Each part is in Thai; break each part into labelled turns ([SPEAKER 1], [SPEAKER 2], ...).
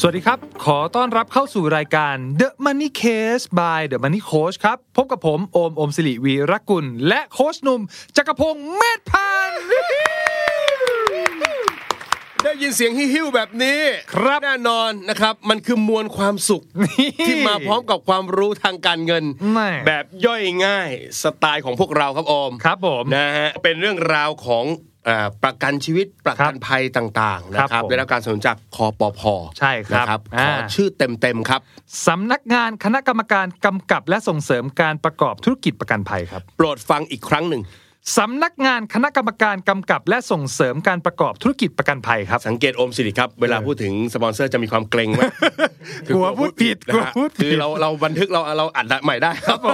[SPEAKER 1] สวัสดีครับ ขอต้อนรับเข้าสู่รายการ The Money Case by The Money Coach ครับ พบกับผมโอม โอมสิริวีรกุล และโค้ชหนุ่มจักรพงษ์เมธพันธ์
[SPEAKER 2] ได้ยินเสียงฮิ้วๆแบบนี้
[SPEAKER 1] ครับ
[SPEAKER 2] แน่นอนนะครับ มันคือมวลความสุข
[SPEAKER 1] นี่
[SPEAKER 2] ที่มาพร้อมกับความรู้ทางการเงิน
[SPEAKER 1] แม่
[SPEAKER 2] แบบย่อยง่ายสไตล์ของพวกเราครับออม
[SPEAKER 1] ครับผม
[SPEAKER 2] นะฮะเป็นเรื่องราวของเอ่อประกันชีวิตประกันภัยต่างๆนะ
[SPEAKER 1] ค
[SPEAKER 2] ค
[SPEAKER 1] รั
[SPEAKER 2] รั
[SPEAKER 1] บบ ผม
[SPEAKER 2] ได้รับการสนับสนุนจากคอปพ
[SPEAKER 1] ใช่ครับ
[SPEAKER 2] นะ
[SPEAKER 1] อ่า
[SPEAKER 2] ขอชื่อเต็มๆครับ
[SPEAKER 1] สำนักงานคณะกรรมการกำกับและส่งเสริมการประกอบธุรกิจประกันภัยครับ
[SPEAKER 2] โปรดฟังอีกครั้งหนึ่ง
[SPEAKER 1] สำนักงานคณะกรรมการกำกับและส่งเสริมการประกอบธุรกิจประกันภัย ครับ
[SPEAKER 2] สังเกตโอมสิริครับ เวลาพูดถึงสปอนเซอร์จะมีความเกรงมาก
[SPEAKER 1] กลัวพูดผิด
[SPEAKER 2] นะ
[SPEAKER 1] กลัว
[SPEAKER 2] ฮะ
[SPEAKER 1] พูดผิด
[SPEAKER 2] คือเราเราบันทึกเราเราอัดใหม่ได้ครับ
[SPEAKER 1] ผ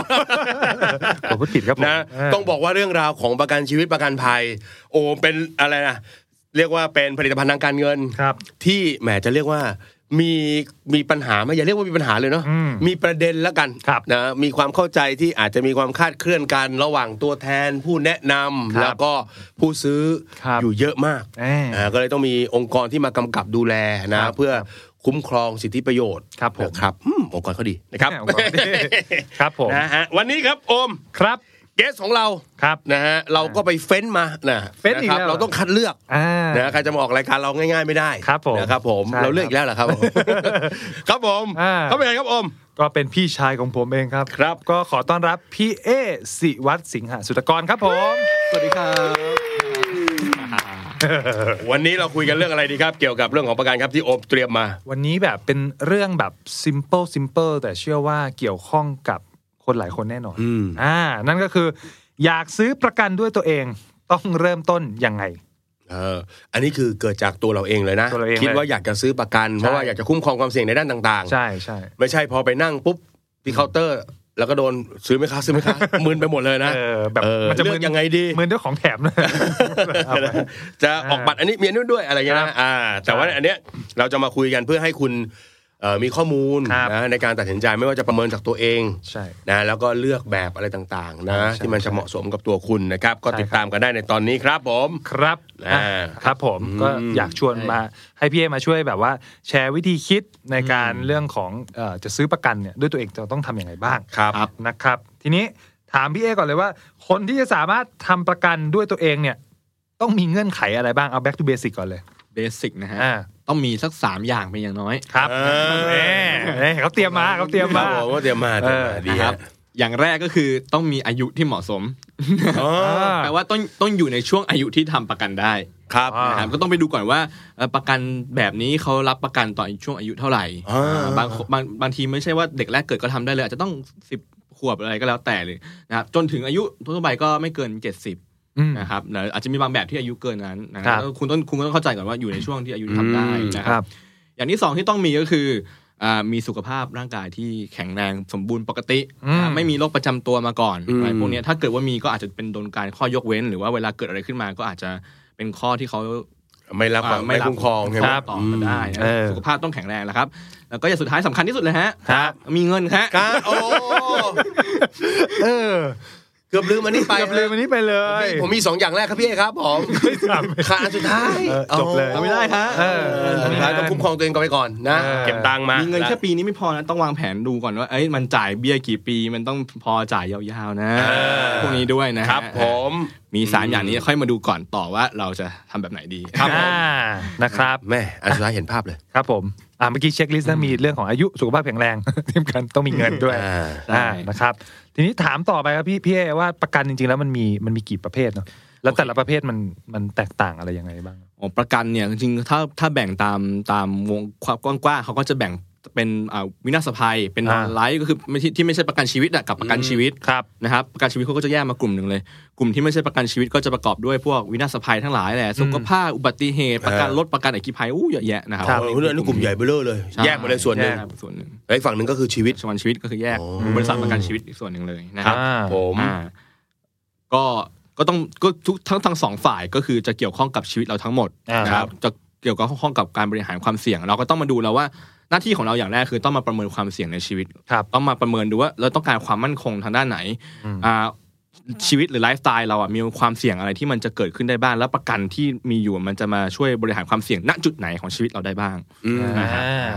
[SPEAKER 1] มพูดผิดครับผม
[SPEAKER 2] นะ
[SPEAKER 1] เออ
[SPEAKER 2] ต้องบอกว่าเรื่องราวของประกันชีวิตประกันภัย โอเป็นอะไรนะเรียกว่าเป็นผลิตภัณฑ์ทางการเงิน
[SPEAKER 1] ครับ
[SPEAKER 2] ที่แหมจะเรียกว่ามีมีปัญหาไหมอย่าเรียกว่ามีปัญหาเลยเนาะ
[SPEAKER 1] อืม
[SPEAKER 2] มีประเด็นแล้วกัน
[SPEAKER 1] ครับ
[SPEAKER 2] นะมีความเข้าใจที่อาจจะมีความคลาดเคลื่อนกันระหว่างตัวแทนผู้แนะนำ
[SPEAKER 1] ครับ
[SPEAKER 2] แล้วก็ผู้ซื้อ
[SPEAKER 1] ครับ
[SPEAKER 2] อยู่เยอะมาก
[SPEAKER 1] แน่
[SPEAKER 2] อ่าก็เลยต้องมีองค์กรที่มากำกับดูแลนะครับเพื่อคุ้มครองสิทธิประโยชน์
[SPEAKER 1] ครับผม
[SPEAKER 2] นะครับอืมองค์กรเขาดีนะครับ
[SPEAKER 1] แหม่ผมครับผม
[SPEAKER 2] นะฮะวันนี้ครับโอม
[SPEAKER 1] ครับ
[SPEAKER 2] เกสของเรา
[SPEAKER 1] ครับ
[SPEAKER 2] นะฮะเราก็ไปเฟ้นมานะ
[SPEAKER 1] เฟ้นอีก
[SPEAKER 2] ะครับ
[SPEAKER 1] แล้วเหรอ
[SPEAKER 2] เราต้องคัดเลือก
[SPEAKER 1] อ่า
[SPEAKER 2] นะใครจะมาออกรายการเราง่าย ๆไม่ได้
[SPEAKER 1] ครับผม
[SPEAKER 2] นะครับผม
[SPEAKER 1] ใช่
[SPEAKER 2] เราเลือกอีกแล้วเหรอ ครับ ครับผม
[SPEAKER 1] อ่า
[SPEAKER 2] เขาเป็นไงครับอม
[SPEAKER 1] ก็เป็นพี่ชายของผมเองครับ
[SPEAKER 2] ครับ
[SPEAKER 1] ก็ขอต้อนรับพี่เอสิวัตรสิงหสุตกรครับผม
[SPEAKER 3] สวัสดีครับ
[SPEAKER 2] วันนี้เราคุยกันเรื่องอะไรดีครับ เกี่ยวกับเรื่องของประกันครับที่อมเตรียมมา
[SPEAKER 1] วันนี้แบบเป็นเรื่องแบบ simple simple แต่เชื่อว่าเกี่ยวข้องกับคนหลายคนแน่นอน
[SPEAKER 2] อืม
[SPEAKER 1] อ่า นั่นก็คือ อยากซื้อประกันด้วยตัวเอง ต้องเริ่มต้นยังไง
[SPEAKER 2] เอออันนี้คือเกิดจากตัวเราเองเลยนะ
[SPEAKER 1] ตัวเราเองเลย
[SPEAKER 2] คิดว่าอยากจะซื้อประกันเพราะว่าอยากจะคุ้มครองความเสี่ยงในด้านต่าง
[SPEAKER 1] ใช่ใช่
[SPEAKER 2] ๆ ไม่ใช่พอไปนั่งปุ๊บที่เคาน์เตอร์ แล้วก็โดนซื้อไหมคะซื้อไหมคะ มึนไปหมดเลยนะ
[SPEAKER 1] เออแบบ
[SPEAKER 2] เออ
[SPEAKER 1] มันจะมึ
[SPEAKER 2] เลื
[SPEAKER 1] น
[SPEAKER 2] อกยังไงดี
[SPEAKER 1] เหมือนด้วยของแถ มนะ
[SPEAKER 2] จะออกบัตรอันนี้มีอันนู้นด้วยอะไรเงี้ย
[SPEAKER 1] ครับ
[SPEAKER 2] นะอ่า แต่ว่าอันเนี้ยเราจะมาคุยกันเพื่อให้คุณเอ่อมีข้อมูล
[SPEAKER 1] ครับ
[SPEAKER 2] นะในการตัดสินใจไม่ว่าจะประเมินจากตัวเอง
[SPEAKER 1] ใช่
[SPEAKER 2] นะแล้วก็เลือกแบบอะไรต่างๆ นะ
[SPEAKER 1] ใช่ใช่
[SPEAKER 2] ที่มันจะเหมาะสมกับตัวคุณนะครับ ก็
[SPEAKER 1] ใช่ครับ
[SPEAKER 2] ติดตามกันได้ในตอนนี้ครับผม
[SPEAKER 1] ครับ
[SPEAKER 2] อ่า
[SPEAKER 1] อ่ะครับผมก็อยากชวนมาให้พี่เอมาช่วยแบบว่า แชร์วิธีคิดในการเรื่องของเอ่อจะซื้อประกันเนี่ยด้วยตัวเองจะต้องทำอย่างไรบ้าง
[SPEAKER 2] ครับ
[SPEAKER 1] นะครับ ทีนี้ถามพี่เอก่อนเลยว่า คนที่จะสามารถทำประกันด้วยตัวเองเนี่ย ต้องมีเงื่อนไขอะไรบ้างเอา back to basic ก่อนเลย
[SPEAKER 3] เบสิกนะฮะ
[SPEAKER 1] อ่า
[SPEAKER 3] ต้องมีสัก 3 อย่างเป็นอย่างน้อย
[SPEAKER 1] ครับ
[SPEAKER 2] เออ
[SPEAKER 1] เออเอ้ยเขาเตรียมมาเขาเตรียม
[SPEAKER 2] ครั
[SPEAKER 1] มา
[SPEAKER 2] บผมก็เตรียมมาเตรียมมา
[SPEAKER 1] เออ
[SPEAKER 2] ดี
[SPEAKER 3] นะค
[SPEAKER 2] ค
[SPEAKER 3] รั
[SPEAKER 2] รั
[SPEAKER 3] บบ อย่างแรกก็คือต้องมีอายุที่เหมาะสม
[SPEAKER 2] อ๋อ
[SPEAKER 3] แปลว่าต้องต้องอยู่ในช่วงอายุที่ทำประกันได้
[SPEAKER 2] ครับ
[SPEAKER 1] อ่า
[SPEAKER 3] นะครับก็ต้องไปดูก่อนว่าเอ่อประกันแบบนี้เขารับประกันตอนช่วงอายุเท่าไหร่
[SPEAKER 2] อ่า
[SPEAKER 3] อ่าบางคนบางบางทีไม่ใช่ว่าเด็กแรกเกิดก็ทำได้เลย อาจจะต้อง 10 ขวบอะไรก็แล้วแต่เลยนะครับจนถึงอายุทั่วไปก็ไม่เกิน 70
[SPEAKER 1] อืม
[SPEAKER 3] นะครับหรืออาจจะมีบางแบบที่อายุเกินนั้นนะ
[SPEAKER 1] ค
[SPEAKER 3] ค
[SPEAKER 1] รั
[SPEAKER 3] รั
[SPEAKER 1] บบ
[SPEAKER 3] แล้วคุณต้องคุณก็ต้องเข้าใจก่อนว่าอยู่ในช่วงที่อายุทำได้
[SPEAKER 2] อืม
[SPEAKER 3] นะ
[SPEAKER 1] ค
[SPEAKER 3] ค
[SPEAKER 1] รั
[SPEAKER 3] รับ บ อย่างที่สองที่ต้องมีก็คืออ่ามีสุขภาพร่างกายที่แข็งแรงสมบูรณ์ปกติ
[SPEAKER 1] อืม
[SPEAKER 3] นะไม่มีโรคประจำตัวมาก่อน
[SPEAKER 2] อืม
[SPEAKER 3] อะไรพวกเนี้ยถ้าเกิดว่ามีก็อาจจะเป็นโดนการข้อยกเว้น หรือว่าเวลาเกิดอะไรขึ้นมาก็อาจจะเป็นข้อที่เขา
[SPEAKER 2] ไม่รับความ
[SPEAKER 3] อ่าไม่
[SPEAKER 2] ไม่
[SPEAKER 3] รับ
[SPEAKER 2] คุ้มครองใช่ไหม
[SPEAKER 3] ต่อกันได้นะ
[SPEAKER 1] เออ
[SPEAKER 3] สุขภาพต้องแข็งแรงนะครับ แล้วก็อย่างสุดท้ายสำคัญที่สุดเลยฮะ
[SPEAKER 1] ครับ
[SPEAKER 3] มีเงินฮะ
[SPEAKER 2] ครับโอ้
[SPEAKER 1] เออ
[SPEAKER 2] เกือบลืมอันนี้ไป
[SPEAKER 1] เกือบลืมอันนี้ไปเลย
[SPEAKER 2] ผมมีสองอย่างแรกครับพี่เอกครับผมขาดอันสุดท้าย
[SPEAKER 1] เออจบเลย
[SPEAKER 3] ทำไม่ได้ครับ
[SPEAKER 1] เออ
[SPEAKER 2] สุดท้ายต้องคุ้มครองตัวเองก่อนไปก่อนนะ
[SPEAKER 1] เออ
[SPEAKER 2] เก็บตังค์มา
[SPEAKER 3] มีเงินแค่ปีนี้ไม่พอนะ ต้องวางแผนดูก่อนว่าเอ้ยมันจ่ายเบี้ยกี่ปี มันต้องพอจ่ายยาวๆนะ
[SPEAKER 2] อ
[SPEAKER 3] พวกนี้ด้วยนะฮะ
[SPEAKER 2] ครับผม
[SPEAKER 3] มีสามอย่างนี้ค่อยมาดูก่อนต่อว่าเราจะทำแบบไหนดี
[SPEAKER 1] อ่านะครับ
[SPEAKER 2] แม่อันสุดท้ายเห็นภาพเลย
[SPEAKER 1] ครับผมอ่าเมื่อกี้เช็คลิสต์นะมีเรื่องของอายุสุขภาพแข็งแรง ที่สำคัญต้องมีเงินด้วย
[SPEAKER 2] อ่า
[SPEAKER 1] อ่า
[SPEAKER 3] ใช่
[SPEAKER 1] นะครับ ทีนี้ถามต่อไปครับพี่พี่เอว่าประกันจริงๆ แล้วมันมีมันมีกี่ประเภทเนาะแล้วแต่ละประเภทมันมันแตกต่างอะไรยังไงบ้าง
[SPEAKER 3] อ๋อประกันเนี่ยจริงๆถ้าถ้าแบ่งตามตามวงความกว้างๆเขาก็จะแบ่ง เป็นอ่าวินาศภัย เป็นนอน
[SPEAKER 1] อ่า
[SPEAKER 3] ไลฟ์ก็คือไม่ที่ที่ไม่ใช่ประกันชีวิตอะกับประกันชีวิต
[SPEAKER 1] ครับ
[SPEAKER 3] นะครับประกันชีวิตเขาก็จะแยกมากลุ่มหนึ่งเลย กลุ่มที่ไม่ใช่ประกันชีวิตก็จะประกอบด้วยพวกวินาศภัยทั้งหลายแหละสุขภาพอุบัติเหตุประกันรถประกันอัคคีภัยอู้เยอะแยะนะครับ
[SPEAKER 1] ครับ
[SPEAKER 2] เออเรื่องนี้กลุ่มใหญ่เบ้อเร่อเลย
[SPEAKER 3] ช่
[SPEAKER 2] แยกมาเลยส่วนหนึ่ง
[SPEAKER 3] แยกส่วนหนึ่ง
[SPEAKER 2] แล้วอีกฝั่งหนึ่งก็คือชีวิต
[SPEAKER 3] ส่วนชีวิตก็คือแยก
[SPEAKER 2] อ๋อ
[SPEAKER 3] บริษัทประกันชีวิตอีกส่วนหนึ่งเลยนะค
[SPEAKER 1] อ่า
[SPEAKER 3] รับ
[SPEAKER 2] ผม
[SPEAKER 3] อ่าก็ก็ต้องก็ทุกทั้งทั้งสองฝ่ายก็คือจะเกี่ยวข้องกับชีวิตเราทั้งหมด
[SPEAKER 1] อ่า
[SPEAKER 3] นะครับจะเกี่ยวข้องกับการบริหารความเสี่ยง เราก็ต้องมาดูแล้วว่าหน้าที่ของเราอย่างแรกคือต้องมาประเมินความเสี่ยงในชีวิต
[SPEAKER 1] ครับ
[SPEAKER 3] ต้องมาประเมินดูว่าเราต้องการความมั่นคงทางด้านไหน
[SPEAKER 1] อืม
[SPEAKER 3] อ่าชีวิตหรือไลฟ์สไตล์เราอ่ะมีความเสี่ยงอะไรที่มันจะเกิดขึ้นได้บ้าง แล้วประกันที่มีอยู่มันจะมาช่วยบริหารความเสี่ยงณจุดไหนของชีวิตเราได้บ้าง
[SPEAKER 2] อืม
[SPEAKER 1] อ่า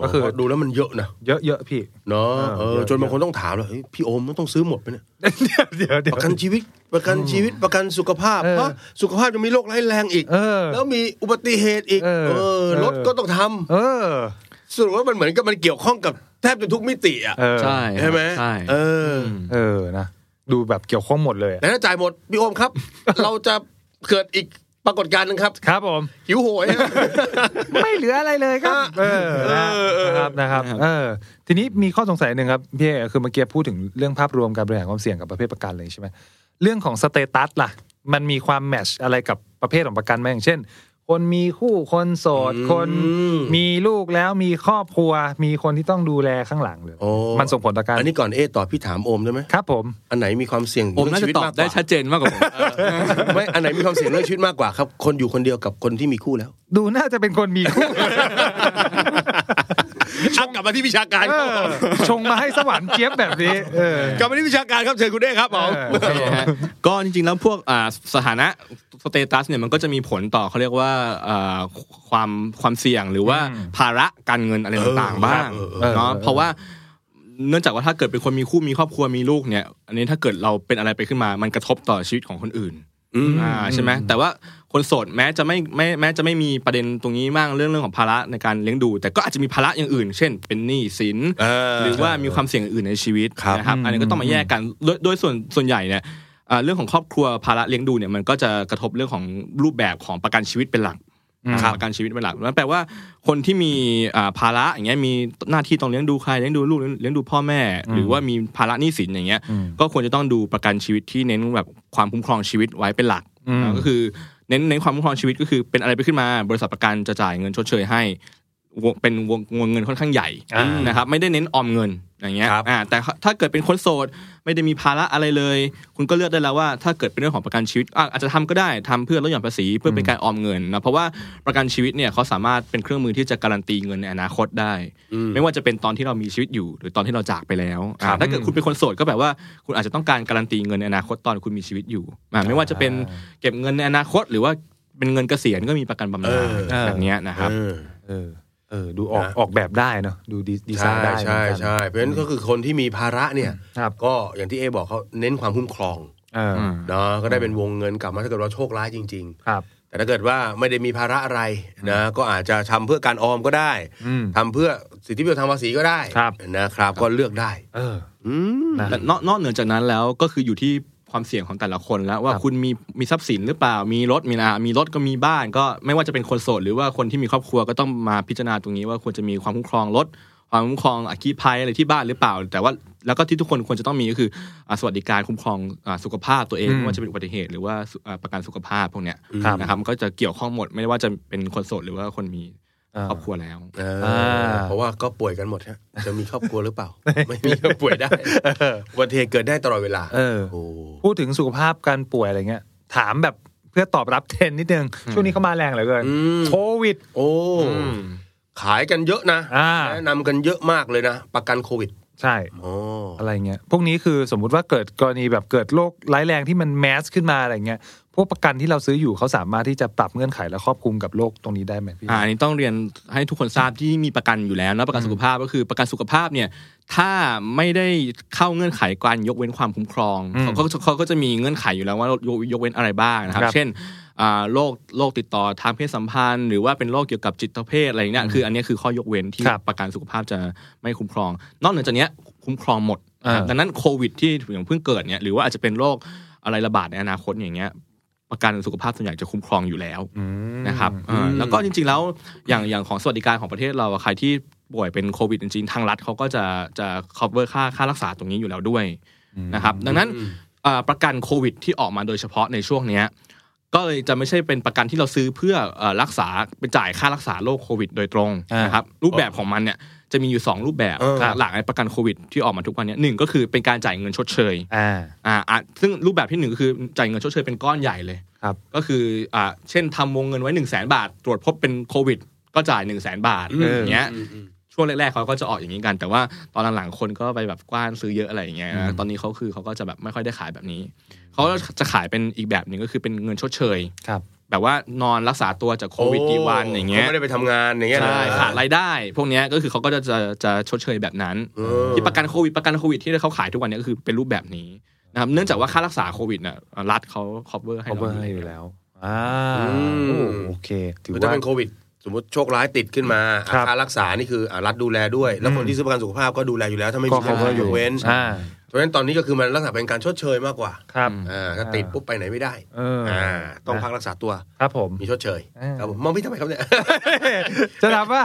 [SPEAKER 2] ก็
[SPEAKER 1] ก็
[SPEAKER 2] คื
[SPEAKER 1] คือ อ
[SPEAKER 2] ดูแล้วมันเยอะนะ
[SPEAKER 1] เยอะเยอะๆพี่
[SPEAKER 2] เนาะเอ
[SPEAKER 1] เอ
[SPEAKER 2] อ
[SPEAKER 1] อ
[SPEAKER 2] จนบางคนต้องถามเลยเฮ้ยพี่โอมมันต้องซื้อหมดไปเนี่ย
[SPEAKER 1] เดี๋ยวเดี๋
[SPEAKER 2] ป
[SPEAKER 1] ยว
[SPEAKER 2] ระกันชีวิตประกันชีวิตประกันสุขภาพ
[SPEAKER 1] เออ
[SPEAKER 2] ฮะสุขภาพจะมีโรคร้ายแรงอีก
[SPEAKER 1] เออ
[SPEAKER 2] แล้วมีอุบัติเหตุอีก
[SPEAKER 1] เออ
[SPEAKER 2] เออรถ
[SPEAKER 1] เออ
[SPEAKER 2] ก็ต้องทำ
[SPEAKER 1] เออ
[SPEAKER 2] สรุปว่ามันเหมือนกับมันเกี่ยวข้องกับแทบจะทุกมิติอ่ะ
[SPEAKER 1] เออ
[SPEAKER 3] ใช่
[SPEAKER 2] ใช่ไหม
[SPEAKER 3] ใช่
[SPEAKER 2] เอออ
[SPEAKER 3] ม
[SPEAKER 1] เออนะดูแบบเกี่ยวข้องหมดเลยอะ
[SPEAKER 2] แล้วถ้าจ่ายหมดพี่โอมครับ เราจะเกิดอีกปรากฏการณ์หนึงครับ
[SPEAKER 1] ครับผม
[SPEAKER 2] หิวโหยฮะ
[SPEAKER 1] ไม่เหลืออะไรเลยครับ เออนะนะครับนะครับ เออ ทีนี้มีข้อสงสัยหนึ่งครับพี่เอกคือเมื่อกี้พูดถึงเรื่องภาพรวมการบริหารความเสี่ยงกับประเภทประกันเลยใช่ไหมเรื่องของสเตตัสล่ะ มันมีความแมทชอะไรกับประเภทของประกันไหมอย่างเช่น คนมีคู่คนโสด
[SPEAKER 2] อืม
[SPEAKER 1] คนมีลูกแล้วมีครอบครัว มีคนที่ต้องดูแลข้างหลังเลย
[SPEAKER 2] โอ้
[SPEAKER 1] มันส่งผลต่อการ
[SPEAKER 2] อันนี้ก่อนเอะตอบพี่ถามโอมได้ไหม
[SPEAKER 1] ครับผม
[SPEAKER 2] อันไหนมีความเสี่ยง
[SPEAKER 3] ผม
[SPEAKER 2] เรื่อ
[SPEAKER 3] น่า
[SPEAKER 2] ง
[SPEAKER 3] จะ
[SPEAKER 2] ชีวิต
[SPEAKER 3] ตอบ
[SPEAKER 2] มากก
[SPEAKER 3] ได้
[SPEAKER 2] ว่า
[SPEAKER 3] ชัดเจนมากกว่าผม
[SPEAKER 2] ไม่อันไหนมีความเสี่ยงเรื่องชีวิตมากกว่าครับ คนอยู่คนเดียวกับคนที่มีคู่แล้ว
[SPEAKER 1] ดูน่าจะเป็นคนมีคู่
[SPEAKER 2] อ่ะกลับมาที่วิชาการ
[SPEAKER 1] เออชงมาให้สวรรค์เจี๊ยบแบบนี้ เออก
[SPEAKER 2] ลับมาที่วิชาการครับเชิญคุณเอะครับผม
[SPEAKER 1] เออครับผม
[SPEAKER 3] นะฮะก็จริงๆแล้วพวกอ่าสถานะสเตตัสเนี่ยมันก็จะมีผลต่อเขาเรียกว่าอ่าความความเสี่ยงหรือว่า
[SPEAKER 1] อืม
[SPEAKER 3] ภาระการเงินอะไรต่างๆบ้าง
[SPEAKER 2] เออเออ
[SPEAKER 1] เออ
[SPEAKER 3] เนาะ
[SPEAKER 1] เออ
[SPEAKER 3] เพราะว่าเนื่องจากว่าถ้าเกิดเป็นคนมีคู่มีครอบครัวมีลูกเนี่ย อันนี้ถ้าเกิดเราเป็นอะไรไปขึ้นมา มันกระทบต่อชีวิตของคนอื่น
[SPEAKER 2] อืม
[SPEAKER 3] อ่าใช่ไหมแต่ว่าคนโสดแม้จะไม่ไม่แม้จะไม่มีประเด็นตรงนี้มากเรื่องเรื่องของภาระในการเลี้ยงดู แต่ก็อาจจะมีภาระอย่างอื่น เช่น เป็นหนี้สิน
[SPEAKER 2] เออ
[SPEAKER 3] หรือว่ามีความเสี่ยงอื่นในชีวิต
[SPEAKER 2] ครับ
[SPEAKER 3] นะครับ อันนี้ก็ต้องมาแยกกันโดยโดยส่วนส่วนใหญ่เนี่ยอ่าเรื่องของครอบครัวภาระเลี้ยงดูเนี่ยมันก็จะกระทบเรื่องของรูปแบบของประกันชีวิตเป็นหลัก
[SPEAKER 1] ครับ
[SPEAKER 3] ประกันชีวิตเป็นหลักนั่นแปลว่าคนที่มีอ่าภาระอย่างเงี้ยมีหน้าที่ต้องเลี้ยงดูใครเลี้ยงดูลูกเลี้ยงดูพ่อแม่ หรือว่ามีภาระหนี้สินอย่างเงี้ย
[SPEAKER 1] อืม
[SPEAKER 3] ก็ควรจะต้องดูประกันชีวิตที่เน้นแบบความคุ้มครองชีวิตไว้เป็นหลัก
[SPEAKER 1] อืม
[SPEAKER 3] อ่าก็คือเน้นเน้นความคุ้มครองชีวิตก็คือเป็นอะไรไปขึ้นมา บริษัทประกันจะจ่ายเงินชดเชยให้วงเป็นวงวงเงินค่อนข้างใหญ่
[SPEAKER 1] อ่า
[SPEAKER 3] นะครับไม่ได้เน้นออมเงินอย่างเงี้ย
[SPEAKER 2] ครับ
[SPEAKER 3] อ่าแต่ถ้าเกิดเป็นคนโสดไม่ได้มีภาระอะไรเลย คุณก็เลือกได้แล้วว่าถ้าเกิดเป็นเรื่องของประกันชีวิตอ่ะอาจจะทำก็ได้ทำเพื่อลดหย่อนภาษีเพื่อเป็นการออมเงินนะเพราะว่าประกันชีวิตเนี่ยเขาสามารถเป็นเครื่องมือที่จะการันตีเงินในอนาคตได้ ไม่ว่าจะเป็นตอนที่เรามีชีวิตอยู่ หรือตอนที่เราจากไปแล้วอ่าถ้าเกิดคุณเป็นคนโสดก็แบบว่าคุณอาจจะต้องการการันตีเงินในอนาคตตอนคุณมีชีวิตอยู่อ่าไม่ว่าจะเป็นเก็บเงินในอนาคต หรือว่าเป็นเงินเกษียณก็มีประกันบำนาญ
[SPEAKER 1] เออ
[SPEAKER 3] แบบเนี้ยนะครับ
[SPEAKER 2] เออ
[SPEAKER 1] เออ เออ ดูออก
[SPEAKER 2] นะ
[SPEAKER 1] ออกแบบได้เนอะดูดีดีไซ
[SPEAKER 2] ใช่
[SPEAKER 1] น์ได้เห
[SPEAKER 2] ใช่
[SPEAKER 1] มือนกัน
[SPEAKER 2] ใช่เพราะฉะนั้นก็คือคนที่มีภาระเนี่ย
[SPEAKER 1] ครับ
[SPEAKER 2] ก็อย่างที่เอะบอกเขาเน้นความคุ้มครอง
[SPEAKER 1] เอออ
[SPEAKER 2] เนาะก็ได้เป็นวงเงินกลับมาถ้าเกิดเราโชคร้ายจริง ๆ
[SPEAKER 1] ครับ
[SPEAKER 2] แต่ถ้าเกิดว่าไม่ได้มีภาระอะไรนะก็อาจจะทำเพื่อการออมก็ได้
[SPEAKER 1] อืม
[SPEAKER 2] ทำเพื่อสิทธิประโยชน์ทางภาษีก็ได้
[SPEAKER 1] ครับ
[SPEAKER 2] นะครับ ก็เลือกได้
[SPEAKER 1] เออ
[SPEAKER 2] อืม
[SPEAKER 1] นะ
[SPEAKER 3] และนอกนอกเหนือจากนั้นแล้วก็คืออยู่ที่ความเสี่ยงของแต่ละคนแล้วว่า
[SPEAKER 1] ครับ
[SPEAKER 3] คุณมีมีทรัพย์สินหรือเปล่ามีรถมีนามีรถก็มีบ้าน ก็ไม่ว่าจะเป็นคนโสดหรือว่าคนที่มีครอบครัวก็ต้องมาพิจารณาตรงนี้ว่าควรจะมีความคุ้มครองรถความคุ้มครองอัคคีภัยอะไรที่บ้านหรือเปล่า แต่ว่าแล้วก็ที่ทุกคนควรจะต้องมีก็คืออ่าสวัสดิการคุ้มครองอ่าสุขภาพตัวเอง
[SPEAKER 1] อืม
[SPEAKER 3] ไม่ว่าจะเป็นอุบัติเหตุหรือว่าสุอ่าประกันสุขภาพพวกเนี้ย
[SPEAKER 1] ครับ
[SPEAKER 3] นะครับมันก็จะเกี่ยวข้องหมดไม่ว่าจะเป็นคนโสดหรือว่าคนมี
[SPEAKER 1] เออ
[SPEAKER 3] ครอบครัวแล้ว
[SPEAKER 2] เอออา เพราะว่าก็ป่วยกันหมดฮะจะมีครอบครัวหรือเปล่า ไม่มีก็ป่วยได้อุบัติเหตุเกิดได้ตลอดเวลา
[SPEAKER 1] เออ
[SPEAKER 2] โอ้
[SPEAKER 1] พูดถึงสุขภาพการป่วยอะไรเงี้ย ถามแบบเพื่อตอบรับเทรนด์นิดนึง ช่วงนี้เขามาแรงเหลือเกิน
[SPEAKER 2] อืม
[SPEAKER 1] โควิด
[SPEAKER 2] โอ้ขายกันเยอะนะ
[SPEAKER 1] อ่า
[SPEAKER 2] แนะนำกันเยอะมากเลยนะ ประกันโควิด
[SPEAKER 1] ใช่
[SPEAKER 2] โอ้
[SPEAKER 1] อะไรเงี้ย พวกนี้คือสมมุติว่าเกิดกรณีแบบเกิดโรคร้ายแรงที่มันแมสขึ้นมาอะไรเงี้ย พวกประกันที่เราซื้ออยู่เขาสามารถที่จะปรับเงื่อนไขและครอบคลุมกับโรคตรงนี้ได้ไหมพี่
[SPEAKER 3] อ่าอันนี้ต้องเรียนให้ทุกคนทราบที่มีประกันอยู่แล้วนะประกันสุขภาพก็คือประกันสุขภาพเนี่ยถ้าไม่ได้เข้าเงื่อนไขการยกเว้นความคุ้มครอง
[SPEAKER 1] อืม
[SPEAKER 3] เขาก็เขาก็จะมีเงื่อนไขอยู่แล้วว่ายกยกเว้นอะไรบ้างนะครับ
[SPEAKER 1] ครับ
[SPEAKER 3] เช่นอ่าโรคโรคติดต่อทางเพศสัมพันธ์ หรือว่าเป็นโรคเกี่ยวกับจิตเภทอะไรเนี่ยคืออันเนี้ยคือข้อยกเว้นที่
[SPEAKER 1] ครับ
[SPEAKER 3] ประกันสุขภาพจะไม่คุ้มครอง นอกเหนือจากเนี้ยคุ้มครองหมดนะครับ
[SPEAKER 1] อ่า
[SPEAKER 3] ดังนั้นโควิดที่อย่างเพิ่งเกิดเนี่ยหรือว่าอาจจะเป็นโรคอะไรระบาดในอนาคตอย่างเงี้ยประกันสุขภาพส่วนใหญ่จะคุ้มครองอยู่แล้ว
[SPEAKER 1] อืม
[SPEAKER 3] นะครับเออแล้วก็จริงๆแล้วอย่างอย่างของสวัสดิการของประเทศเราอะใครที่ ป่วยเป็นโควิดจริงๆทางรัฐเขาก็จะจะ cover ค่าค่ารักษาตรงนี้อยู่แล้วด้วยนะครับดังนั้นเอ่อประกันโควิดที่ออกมาโดยเฉพาะในช่วงเนี้ยก็เลยจะไม่ใช่เป็นประกันที่เราซื้อเพื่อเอ่อรักษาไปจ่ายค่ารักษาโรคโควิดโดยตรง
[SPEAKER 1] อ่าน
[SPEAKER 3] นะครับรูปแบบของมันเนี่ยจะมีอยู่สองรูปแบบ
[SPEAKER 2] เออ
[SPEAKER 3] หลักๆไอ้ประกันโควิดที่ออกมาทุกวันเนี้ยหนึ่งก็คือเป็นการจ่ายเงินชดเชย
[SPEAKER 1] อ่า
[SPEAKER 3] อ่าอ่ะซึ่งรูปแบบที่หนึ่งก็คือจ่ายเงินชดเชยเป็นก้อนใหญ่เลย
[SPEAKER 1] ครับ
[SPEAKER 3] ก็คืออ่าเช่นทำวงเงินไว้1นึ่งแสนบาท ตรวจพบเป็นโควิด ก็จ่าย1นึ่งแสนบาทอย่างเงี้ยช่วงแรกๆเขาก็จะออกอย่างนี้กัน แต่ว่าตอนหลังๆคนก็ไปแบบกว้านซื้อเยอะอะไรอย่างเงี้ยนะตอนนี้เขาคือเขาก็จะแบบไม่ค่อยได้ขายแบบนี้เขาก็จะขายเป็นอีกแบบหนึ่งก็คือเป็นเงินชดเชย
[SPEAKER 1] ครับ
[SPEAKER 3] แบบว่านอนรักษาตัวจากโควิดกี่วันอย่างเงี้ย
[SPEAKER 2] ขไม่ได้ไปทำงานอย่างเงี้ยนะ
[SPEAKER 3] ใช่ขาดรายได้ พวกเนี้ยก็คือเขาก็จะจะจะชดเชยแบบนั้น
[SPEAKER 2] เออ
[SPEAKER 3] ที่ประกันโควิดประกันโควิดที่เขาขายทุกวันเนี้ก็คือเป็นรูปแบบนี้นะครับเนื่องจากว่าค่ารักษาโควิดน่ะรัฐเขา cover ให้
[SPEAKER 1] cover
[SPEAKER 3] เราอยู่
[SPEAKER 1] ให้อยู่แล้ว อ่า
[SPEAKER 2] อืม
[SPEAKER 1] โอเค ถือ
[SPEAKER 2] คือถ้า
[SPEAKER 1] ว่า
[SPEAKER 2] เป็นโควิด สมมติโชคร้ายติดขึ้นมา
[SPEAKER 1] ครับ
[SPEAKER 2] ค่ารักษานี่คืออ่ะรัฐดูแลด้วย แล้วคนที่ซื้อประกันสุขภาพก็ดูแลอยู่แล้วถ้าไม่
[SPEAKER 1] ก็
[SPEAKER 2] มีการ
[SPEAKER 1] cover อยู่
[SPEAKER 2] เว้น
[SPEAKER 1] อ่า
[SPEAKER 2] เพราะฉะนั้นตอนนี้ก็คือมันลักษณะเป็นการชดเชยมากกว่า
[SPEAKER 1] ครับ
[SPEAKER 2] อ่าถ้าติดปุ๊บไปไหนไม่ได้
[SPEAKER 1] เอออ่
[SPEAKER 2] ่าต้องพักรักษาตัว
[SPEAKER 1] ครับผม
[SPEAKER 2] มีชดเชย
[SPEAKER 1] อ่า
[SPEAKER 2] ครับผมมองพี่ทำไมครับเนี่ย
[SPEAKER 1] จะถามว่า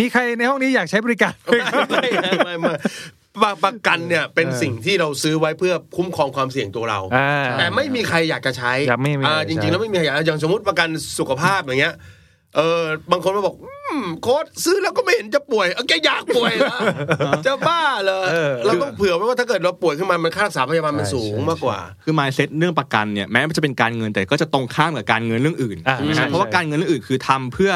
[SPEAKER 1] มีใครในห้องนี้อยากใช้บริการไหมครับ
[SPEAKER 2] ไม่ไม่ไม่ประประกันเนี่ยเป็น
[SPEAKER 1] เออ
[SPEAKER 2] สิ่งที่เราซื้อไว้เพื่อคุ้มครองความเสี่ยงตัวเรา
[SPEAKER 1] อ่า
[SPEAKER 2] แต่ไม่มีใครอยากจะใช้
[SPEAKER 1] ยังไม่มีใค
[SPEAKER 2] อ่า
[SPEAKER 1] ร
[SPEAKER 2] จ
[SPEAKER 1] ใช้
[SPEAKER 2] ริงๆแล้วไม่มีใครอยากอย่างสมมติประกันสุขภาพอย่างเงี้ย เออบางคนมาบอกอืมโค้ดซื้อแล้วก็ไม่เห็นจะป่วยเอาแกอยากป่วยเหรอจะบ้าเหรอ
[SPEAKER 1] เออ
[SPEAKER 2] เราต้องเผื่อไว้ว่าถ้าเกิดเราป่วยขึ้นมามันค่ารักษาพยาบาลมัน
[SPEAKER 1] ใช่
[SPEAKER 2] สูง
[SPEAKER 1] ใช่
[SPEAKER 2] มากกว่า
[SPEAKER 3] คือ mindset เรื่องประกันเนี่ยแม้มันจะเป็นการเงินแต่ก็จะตรงข้ามกับการเงินเรื่องอื่น
[SPEAKER 1] อ่า
[SPEAKER 3] นะ
[SPEAKER 1] ใช่
[SPEAKER 3] ฮะเพราะว่าการเงินเรื่องอื่นคือทำเพื่อ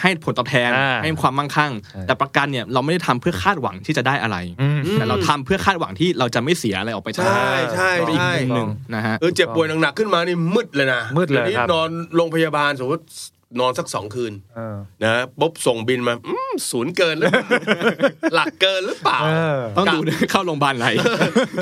[SPEAKER 3] ให้ผลตอบแทน
[SPEAKER 1] อ่า
[SPEAKER 3] ให้ความมั่งคั่ง
[SPEAKER 1] ใช่
[SPEAKER 3] แต่ประกันเนี่ยเราไม่ได้ทำเพื่อคาดหวังที่จะได้อะไร
[SPEAKER 1] อืม
[SPEAKER 3] แต่เราทำเพื่อคาดหวังที่เราจะไม่เสียอะไรออกไป
[SPEAKER 2] ใช่ใช่
[SPEAKER 3] เป็นอีก
[SPEAKER 2] ใช่
[SPEAKER 3] มุมหนึ่งนะฮะ
[SPEAKER 2] เออเจ็บป่วยหนักๆขึ้นมานี่มืดเลยนะ
[SPEAKER 1] มืดเลย
[SPEAKER 2] ดี๋วนี้
[SPEAKER 1] ครับ
[SPEAKER 2] นอนโรงพยาบาลสมมตินอนสักสองคืน
[SPEAKER 1] เออ
[SPEAKER 2] นะบ๊อบส่งบินมาอืมศูนย์เกินหรือเป ล่า หลักเกินหรือเปล่า
[SPEAKER 1] เออ
[SPEAKER 3] ต้องดูด้วยเข้าโรงพยาบา ลอะไร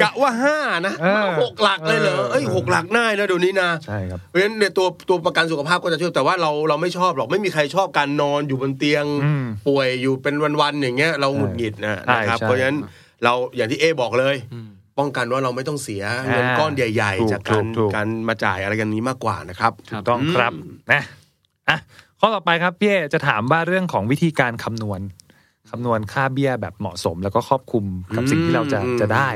[SPEAKER 2] กะว่าห้านะ
[SPEAKER 1] เออ
[SPEAKER 2] หกหลักเลยเหรอเอ้ยหกหลักได้นะเดี๋ยวนี้นะ
[SPEAKER 1] ใช่ครับ
[SPEAKER 2] เพราะฉะนั้นเนี่ยตัวตัวประกันสุขภาพก็จะช่วยแต่ว่าเราเราไม่ชอบหรอกไม่มีใครชอบการนอนอยู่บนเตียง
[SPEAKER 1] อืม
[SPEAKER 2] ป่วยอยู่เป็นวันๆอย่างเงี้ยเราหงุดหงิดนะ
[SPEAKER 1] ใช่
[SPEAKER 2] นะครับ
[SPEAKER 1] ใช่
[SPEAKER 2] เพราะฉะนั้นเราอย่างที่เอบอกเลย ป้องกันว่าเราไม่ต้องเสีย
[SPEAKER 1] อ่า
[SPEAKER 2] เงินก้อนใหญ่
[SPEAKER 1] ถูก
[SPEAKER 2] ๆ จากการ
[SPEAKER 1] ถูกถูก
[SPEAKER 2] การมาจ่ายอะไรกันนี้มากกว่านะครับ
[SPEAKER 3] ครับ
[SPEAKER 1] ต้อง
[SPEAKER 2] อืม
[SPEAKER 1] ครับนะอ่ะข้อต่อไปครับพี่เอจะถามว่าเรื่องของวิธีการคำนวณคำนวณค่าเบี้ยแบบเหมาะสม แล้วก็ครอบคลุมกับสิ่งที่เราจะจะได้